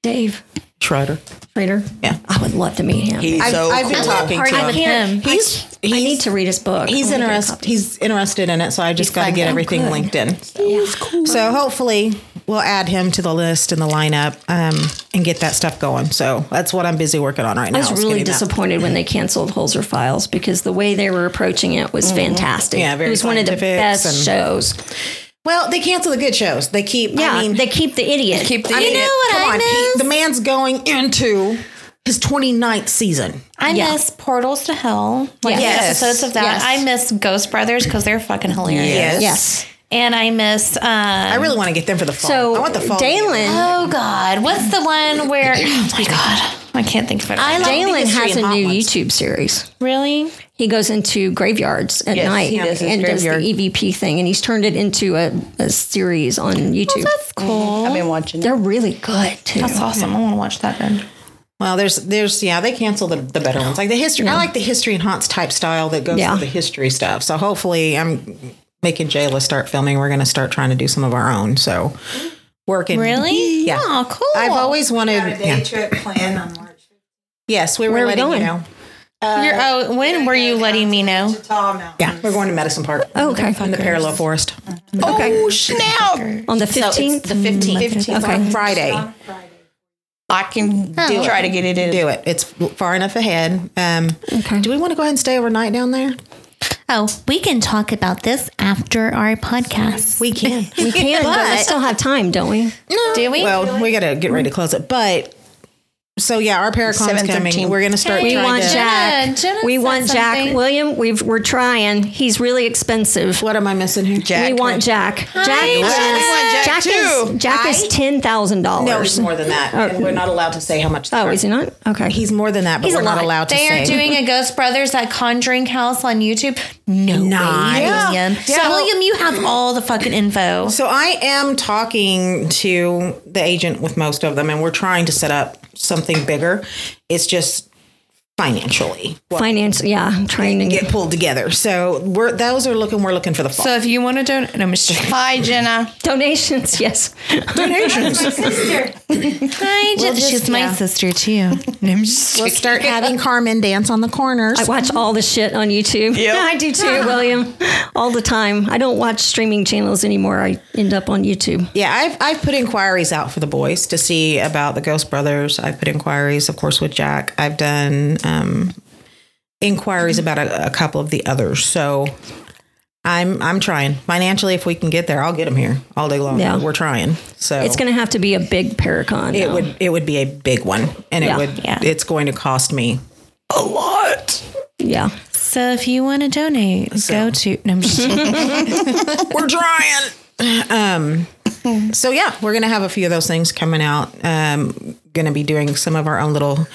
D: Dave
B: Schroeder.
D: Trader.
B: Yeah.
D: I would love to meet him.
B: I've, I've been talking to
G: party with
B: him.
G: him.
B: He's
D: I need to read his book.
B: he's
D: I wanna get a
B: interested
D: copy. Oh,
B: he's interested in it. So I just got to get everything linked in. So. So hopefully we'll add him to the list and the lineup um, and get that stuff going. So that's what I'm busy working on right now.
D: I was
B: is
D: really
B: getting that.
D: disappointed when they canceled Holzer Files because the way they were approaching it was fantastic.
B: Mm-hmm. Yeah, very
D: it was one of the
B: scientific
D: best
B: and-
D: shows.
B: Well, they cancel the good shows. They keep.
D: Yeah,
B: I mean,
D: they keep the idiot.
F: Keep the
B: I mean,
F: idiot.
G: what
B: come
G: I
B: on, he-
G: miss?
B: the man's going into his 29th season.
C: I
D: Yeah.
C: miss Portals to Hell. Like
B: Yes.
C: the episodes of that.
D: Yes.
C: I miss Ghost Brothers because they're fucking hilarious.
D: yes.
C: And I miss um,
B: I really want to get them for the fall. I want the
D: So
B: fall.
D: Dalen,
C: Oh God, what's the one where? Oh my God, I can't think of it. I
D: Dalen
B: history
D: has
B: and
D: a
B: hot
D: new
B: ones.
D: YouTube series.
C: really.
D: He goes into graveyards at night
F: he does his
D: and
F: graveyard.
D: does the EVP thing, and he's turned it into a, a series on YouTube.
C: That's cool.
F: I've been watching.
D: They're really good too.
C: That's awesome. I want to watch that then.
B: Well, there's there's yeah, they cancel the, the better ones. Like the history. I like the history and haunts type style that goes
D: Yeah.
B: with the history stuff. So hopefully I'm making Jayla start filming. We're gonna start trying to do some of our own. So working
C: Really?
B: Yeah.
C: Oh, cool.
B: I've always wanted
E: Got a day
B: yeah.
E: trip plan on March.
B: Yes, we were
D: Where are we
B: letting
D: going?
B: you know.
C: You're, oh, when were you letting me know?
E: Tall Mountain.
B: Yeah, we're going to Medicine Park.
D: Oh, okay.
B: In the parallel forest.
F: Oh, snap.
D: On the
F: So it's
D: fifteenth,
F: the 15th.
B: Okay. Friday.
F: I can do try to get it in.
B: Do it. It's far enough ahead. Um,
D: Okay.
B: Do we want to go ahead and stay overnight down there?
C: Oh, we can talk about this after our podcast.
B: We can.
D: we can, but we still have time, don't we?
C: Do we?
B: Well, we got to get ready to close it. But so yeah, our paracon's
F: 7:13.
B: coming. We're going to start
C: Hey,
D: We
B: trying
D: want
B: to.
D: Jack.
C: Jenna
D: we
C: said
D: want Jack.
C: something.
D: William, we've, we're trying. He's really expensive.
B: What am I missing here?
F: Jack.
D: We want Jack. Jack,
F: Jack
D: is, Jack
F: too.
D: is Jack is ten thousand
B: No, he's
D: dollars.
B: more than that. And we're not allowed to say how much.
D: Oh, is he not? Okay.
B: He's more than that, but
D: He's a
B: we're not
D: lot.
B: allowed to
C: They
B: say.
C: are doing a Ghost Brothers at Conjuring House on YouTube. No way,
B: Nice.
C: William. So, William, you have all the fucking info.
B: so I am talking to the agent with most of them, and we're trying to set up something bigger. It's just financially what
D: Finance. Yeah, I'm trying to
B: we
D: get.
B: get pulled together. So we're those are looking. We're looking for the fall.
G: So if you want to donate, no, Mr.
F: Hi, Jenna.
D: Donations, yes.
C: Hi, Jen- she's my sister too.
F: I'm just
B: We'll start having Carmen dance on the corners.
D: I watch all the shit on YouTube. Yeah, I do too, William. All the time. I don't watch streaming channels anymore. I end up on YouTube.
B: Yeah, I've I've put inquiries out for the boys to see about the Ghost Brothers. I've put inquiries, of course, with Jack. I've done um, inquiries about a, a couple of the others. So I'm I'm trying financially. If we can get there, I'll get them here all day long.
D: Yeah.
B: We're trying. So
D: It's going to have to be a big Paracon.
B: It
D: now.
B: would it would be a big one, and it
D: Yeah.
B: would
C: Yeah.
B: it's going to cost me a lot.
D: Yeah.
C: So if you want to donate, go to. No, I'm just
B: We're trying. Um, so yeah, we're gonna have a few of those things coming out. Um, gonna be doing some of our own little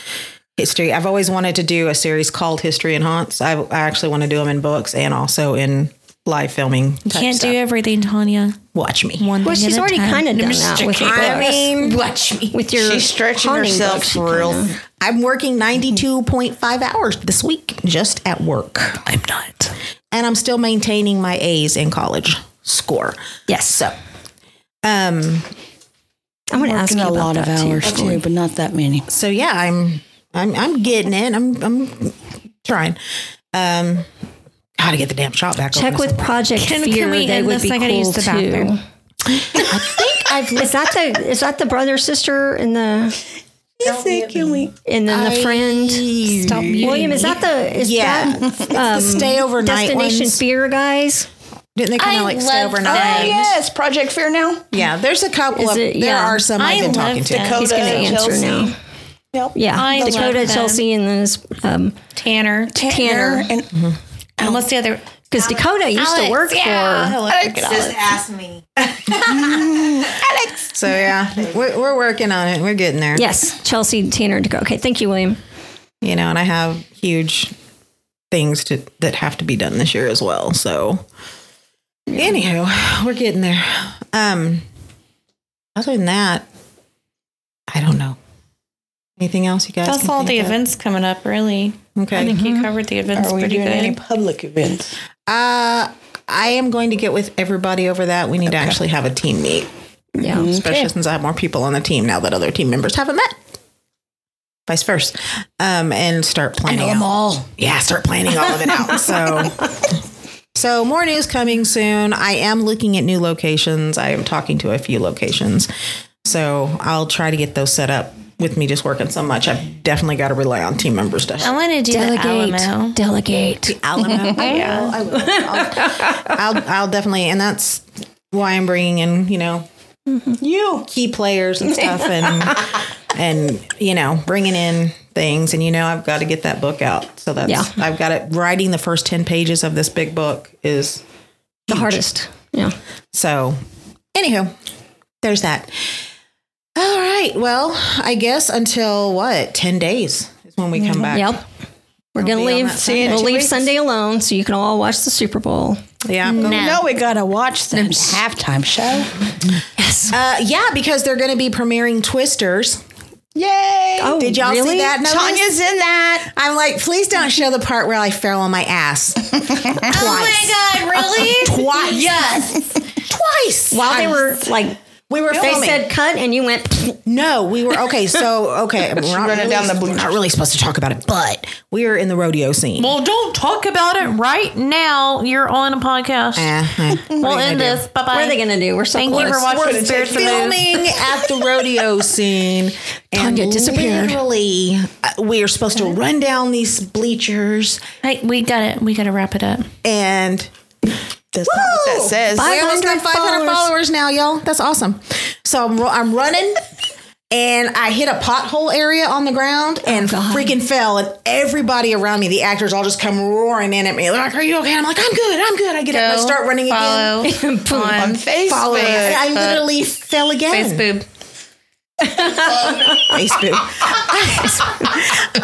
B: history. I've always wanted to do a series called History and Haunts. I, I actually want to do them in books and also in live filming. Type
C: can't
B: stuff.
C: do everything, Tanya.
B: Watch me.
C: One
D: Well,
C: thing
D: she's
C: at a
D: already
C: time.
D: kind of done that with, your
B: I
D: book.
B: mean,
D: with your
F: She's stretching
D: haunting
F: herself
D: books, you
F: for real.
D: kinda-
B: I'm working 92.5 hours this week just at work.
C: I'm not.
B: and I'm still maintaining my A's in college score.
D: Yes.
B: So, um,
D: I'm going to ask you
F: a
D: about
F: lot of
D: that too.
F: hours too, but not that many.
B: so yeah, I'm, I'm, I'm getting it. I'm, I'm trying. Um, how to get the damn shop back?
D: Check
B: open.
D: with Project
C: Can- can
D: Fear.
C: we
D: they
C: end
D: would
C: this?
D: be
C: I
D: cool
C: gotta use the
D: too.
C: bathroom.
D: Is that the is that the brother sister in the
A: Can we?
D: And then the friend.
C: Stop muting
D: William, is
C: me.
D: that the is
B: Yeah.
D: that um,
B: stay overnight
D: destination
B: ones.
D: fear guys?
B: Didn't they kind of like stay
G: love
B: overnight?
G: that.
F: Yes, Project Fear now.
B: Yeah, there's a couple.
D: Is
B: Of,
D: it-
B: There
D: yeah.
B: are some I've
C: I
B: been
C: love
B: talking to.
C: that.
F: Dakota,
D: He's going to answer
F: Chelsea.
D: now.
F: Yep.
D: Yeah,
C: I love
D: Dakota,
C: them.
D: Chelsea, and then his um,
C: Tanner? Mm-hmm.
D: Tanner.
F: And
C: And what's the other?
D: Because Dakota used to
G: Alex,
D: work
G: yeah.
D: for.
E: Just ask me.
B: So yeah, we're, we're working on it. We're getting there.
D: Yes, Chelsea, Tanner, and Dakota. Okay, thank you, William.
B: You know, and I have huge things to that have to be done this year as well. So, anywho, we're getting there. Um, other than that, I don't know. Anything else you guys?
C: That's
B: can
C: all
B: think
C: the
B: of?
C: events coming up, really. I
B: Okay.
C: think you covered the events
A: Are we
C: pretty
A: doing
C: good.
A: any public events?
B: Uh, I am going to get with everybody over that. We need to actually have a team meet. Mm-hmm.
D: Yeah.
B: especially since I have more people on the team now that other team members haven't met. Vice versa, um, and start planning. out.
A: all.
B: Yeah, start planning all of it out. So, so more news coming soon. I am looking at new locations. I am talking to a few locations, so I'll try to get those set up. With me just working so much, I've definitely got to rely on team members to
C: I want to do the Alamo.
D: Delegate. Delegate.
B: Alamo. I will. I will. I'll, I'll, I'll definitely, and that's why I'm bringing in, you know, you key players and stuff, and and you know, bringing in things, and you know, I've got to get that book out. So that's
D: Yeah.
B: I've got it. Writing the first ten pages of this big book is
D: The hardest. Yeah.
B: so. Anywho, there's that. All right. Well, I guess until what ten days is when we come back.
D: Yep. We're going to
B: be on
D: leave.
B: that Sunday.
D: We'll leave Sunday alone so you can all watch the Super Bowl.
G: Oh
B: Yeah.
D: Mm-hmm.
B: I'm going-
A: No, we gotta watch the halftime show.
B: Uh, yeah, because they're going to be premiering Twisters.
A: Yay!
D: Oh,
B: Did y'all
D: really?
B: see that? notice?
A: Tanya's in that.
B: I'm like, please don't show the part where I fell on my ass. Twice. Oh
G: God, really?
B: Twice. Yes. Twice.
D: While they were like,
B: we were
D: they
B: filming.
D: said cut and you went,
B: no, we were okay. So okay, we're not, really, down the we're not really supposed to talk about it, but we were in the rodeo scene.
C: Well, don't talk about it right now. You're on a podcast.
B: Eh, eh, what are you
C: we'll
B: gonna
C: end
B: do?
C: this. Bye bye.
D: what are they going to do? We're so
C: Thank
D: close.
C: you for watching Spirits and Moves.
B: filming at the rodeo scene. And
D: Tanya disappeared.
B: Literally, uh, we are supposed to run down these bleachers
C: Hey, we got it. We got to wrap it up.
B: and
F: that's not what that says.
B: We almost got 500 followers. now, y'all. That's awesome. So I'm, ru- I'm running and I hit a pothole area on the ground
F: Oh,
B: and freaking fell. And everybody around me, the actors all just come roaring in at me. They're like, Are you okay? And I'm like, I'm good. I'm good. I get up and I start running again.
C: Follow on
F: Facebook.
B: Follow it. And I literally fell again.
C: Facebook.
B: Facebook.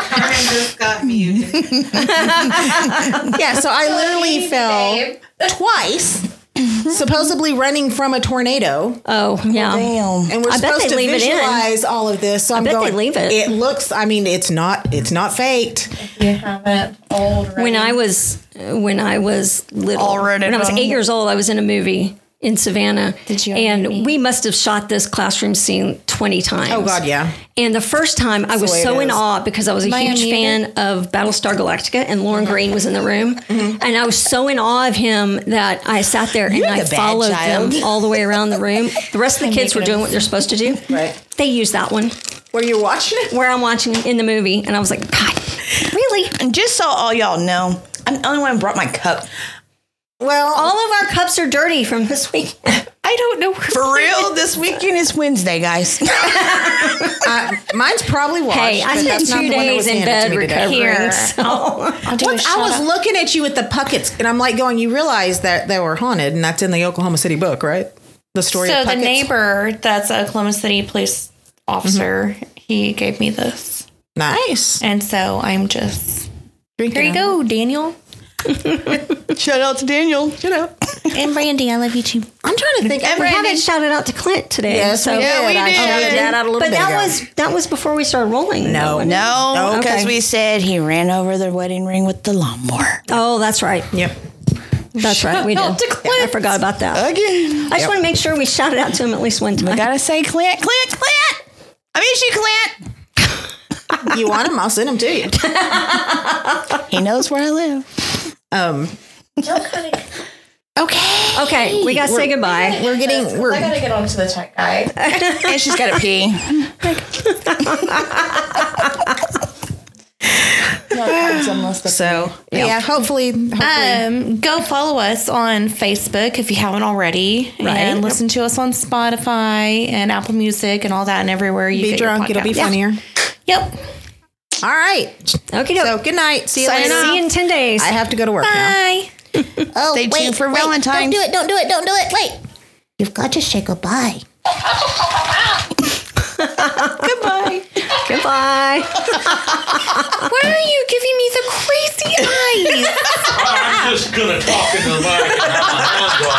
E: Karen just got muted.
B: yeah, so I literally fell twice,
D: Mm-hmm.
B: supposedly running from a tornado.
D: Oh, yeah.
B: And we're
D: I bet
B: supposed
D: they
B: to
D: leave it in.
B: visualize all of this. So I'm
D: bet they
B: going.
D: leave it.
B: It looks. I mean, it's not. It's not faked.
D: When I was when I was little,
F: Already
D: when I was
F: done.
D: eight years old, I was in a movie in Savannah. Did
C: you
D: And we must have shot this classroom scene twenty times.
B: Oh God, yeah.
D: And the first time I was so in awe because I was a huge fan of Battlestar Galactica and Lauren Green was in the room. And I was so in awe of him that I sat there and I
F: the bad
D: followed
F: child.
D: them all the way around the room. The rest of the kids were doing what they're supposed to do.
B: Right.
D: They used that one
B: Were you watching it?
D: where I'm watching in the movie. And I was like, God, really?
F: And just so all y'all know, I'm the only one who brought my cup.
B: Well,
D: All of our cups are dirty from this week.
F: I don't know for real. This weekend is Wednesday, guys.
B: I, mine's probably washed.
D: Hey, I
B: but
D: spent
B: that's not
D: two
B: the one that was
D: days in
B: handed to
D: bed
B: me today.
D: recovering.
C: Here.
D: So.
C: I'll do a
B: I
C: shot
B: was
C: up.
B: looking at you with the puckets, and I'm like, going, you realize that they were haunted, and that's in the Oklahoma City book, right? The story
C: So
B: of
C: the
B: puckets.
C: neighbor that's a Oklahoma City police officer, he gave me this.
B: Nice.
C: And so I'm just
B: Drink
C: Here you go,
D: Oh,
C: Daniel.
F: Shout out to Daniel. Shout out.
C: And Brandy, I love you too.
B: I'm trying to think.
D: We haven't shouted out to Clint today.
B: Yes, we did.
F: we
B: I
F: did.
B: shouted that out a little
D: But
B: bit
D: that
B: ago.
D: was that was before we started rolling.
B: no,
F: No,
B: Okay.
F: Oh, because we said he ran over the wedding ring with the lawnmower
D: Oh, that's right.
B: Yep.
D: That's right. We did. I forgot about that.
F: again.
D: I just want to make sure we shout it out to him at least one time.
F: Gotta say, Clint, Clint, Clint. I miss you, Clint.
B: You want them? I'll send them to you.
F: He knows where I live.
B: Um, Okay.
D: Okay, we gotta say goodbye.
B: We're getting
F: I
B: we're
F: gotta get onto the tech guy. and she's gotta pee. no, it's almost the-
B: so yeah. hopefully, hopefully
C: Um, go follow us on Facebook if you haven't already, and listen to us on Spotify and Apple Music and all that, and everywhere you
B: be
C: get your
B: drunk. It'll be
C: podcasts. Yeah.
B: funnier.
C: Yep.
B: All right.
D: Okay,
B: So good night. See you later.
D: see you in ten days.
B: I have to go to work now.
C: Bye.
H: Oh,
F: Stay tuned for
H: Don't
F: Valentine's.
H: do it. Don't do it. Don't do it. Wait. You've got to say goodbye.
D: Goodbye.
C: Why are you giving me the crazy eyes?
I: I'm just gonna talk in the mic.
E: Oh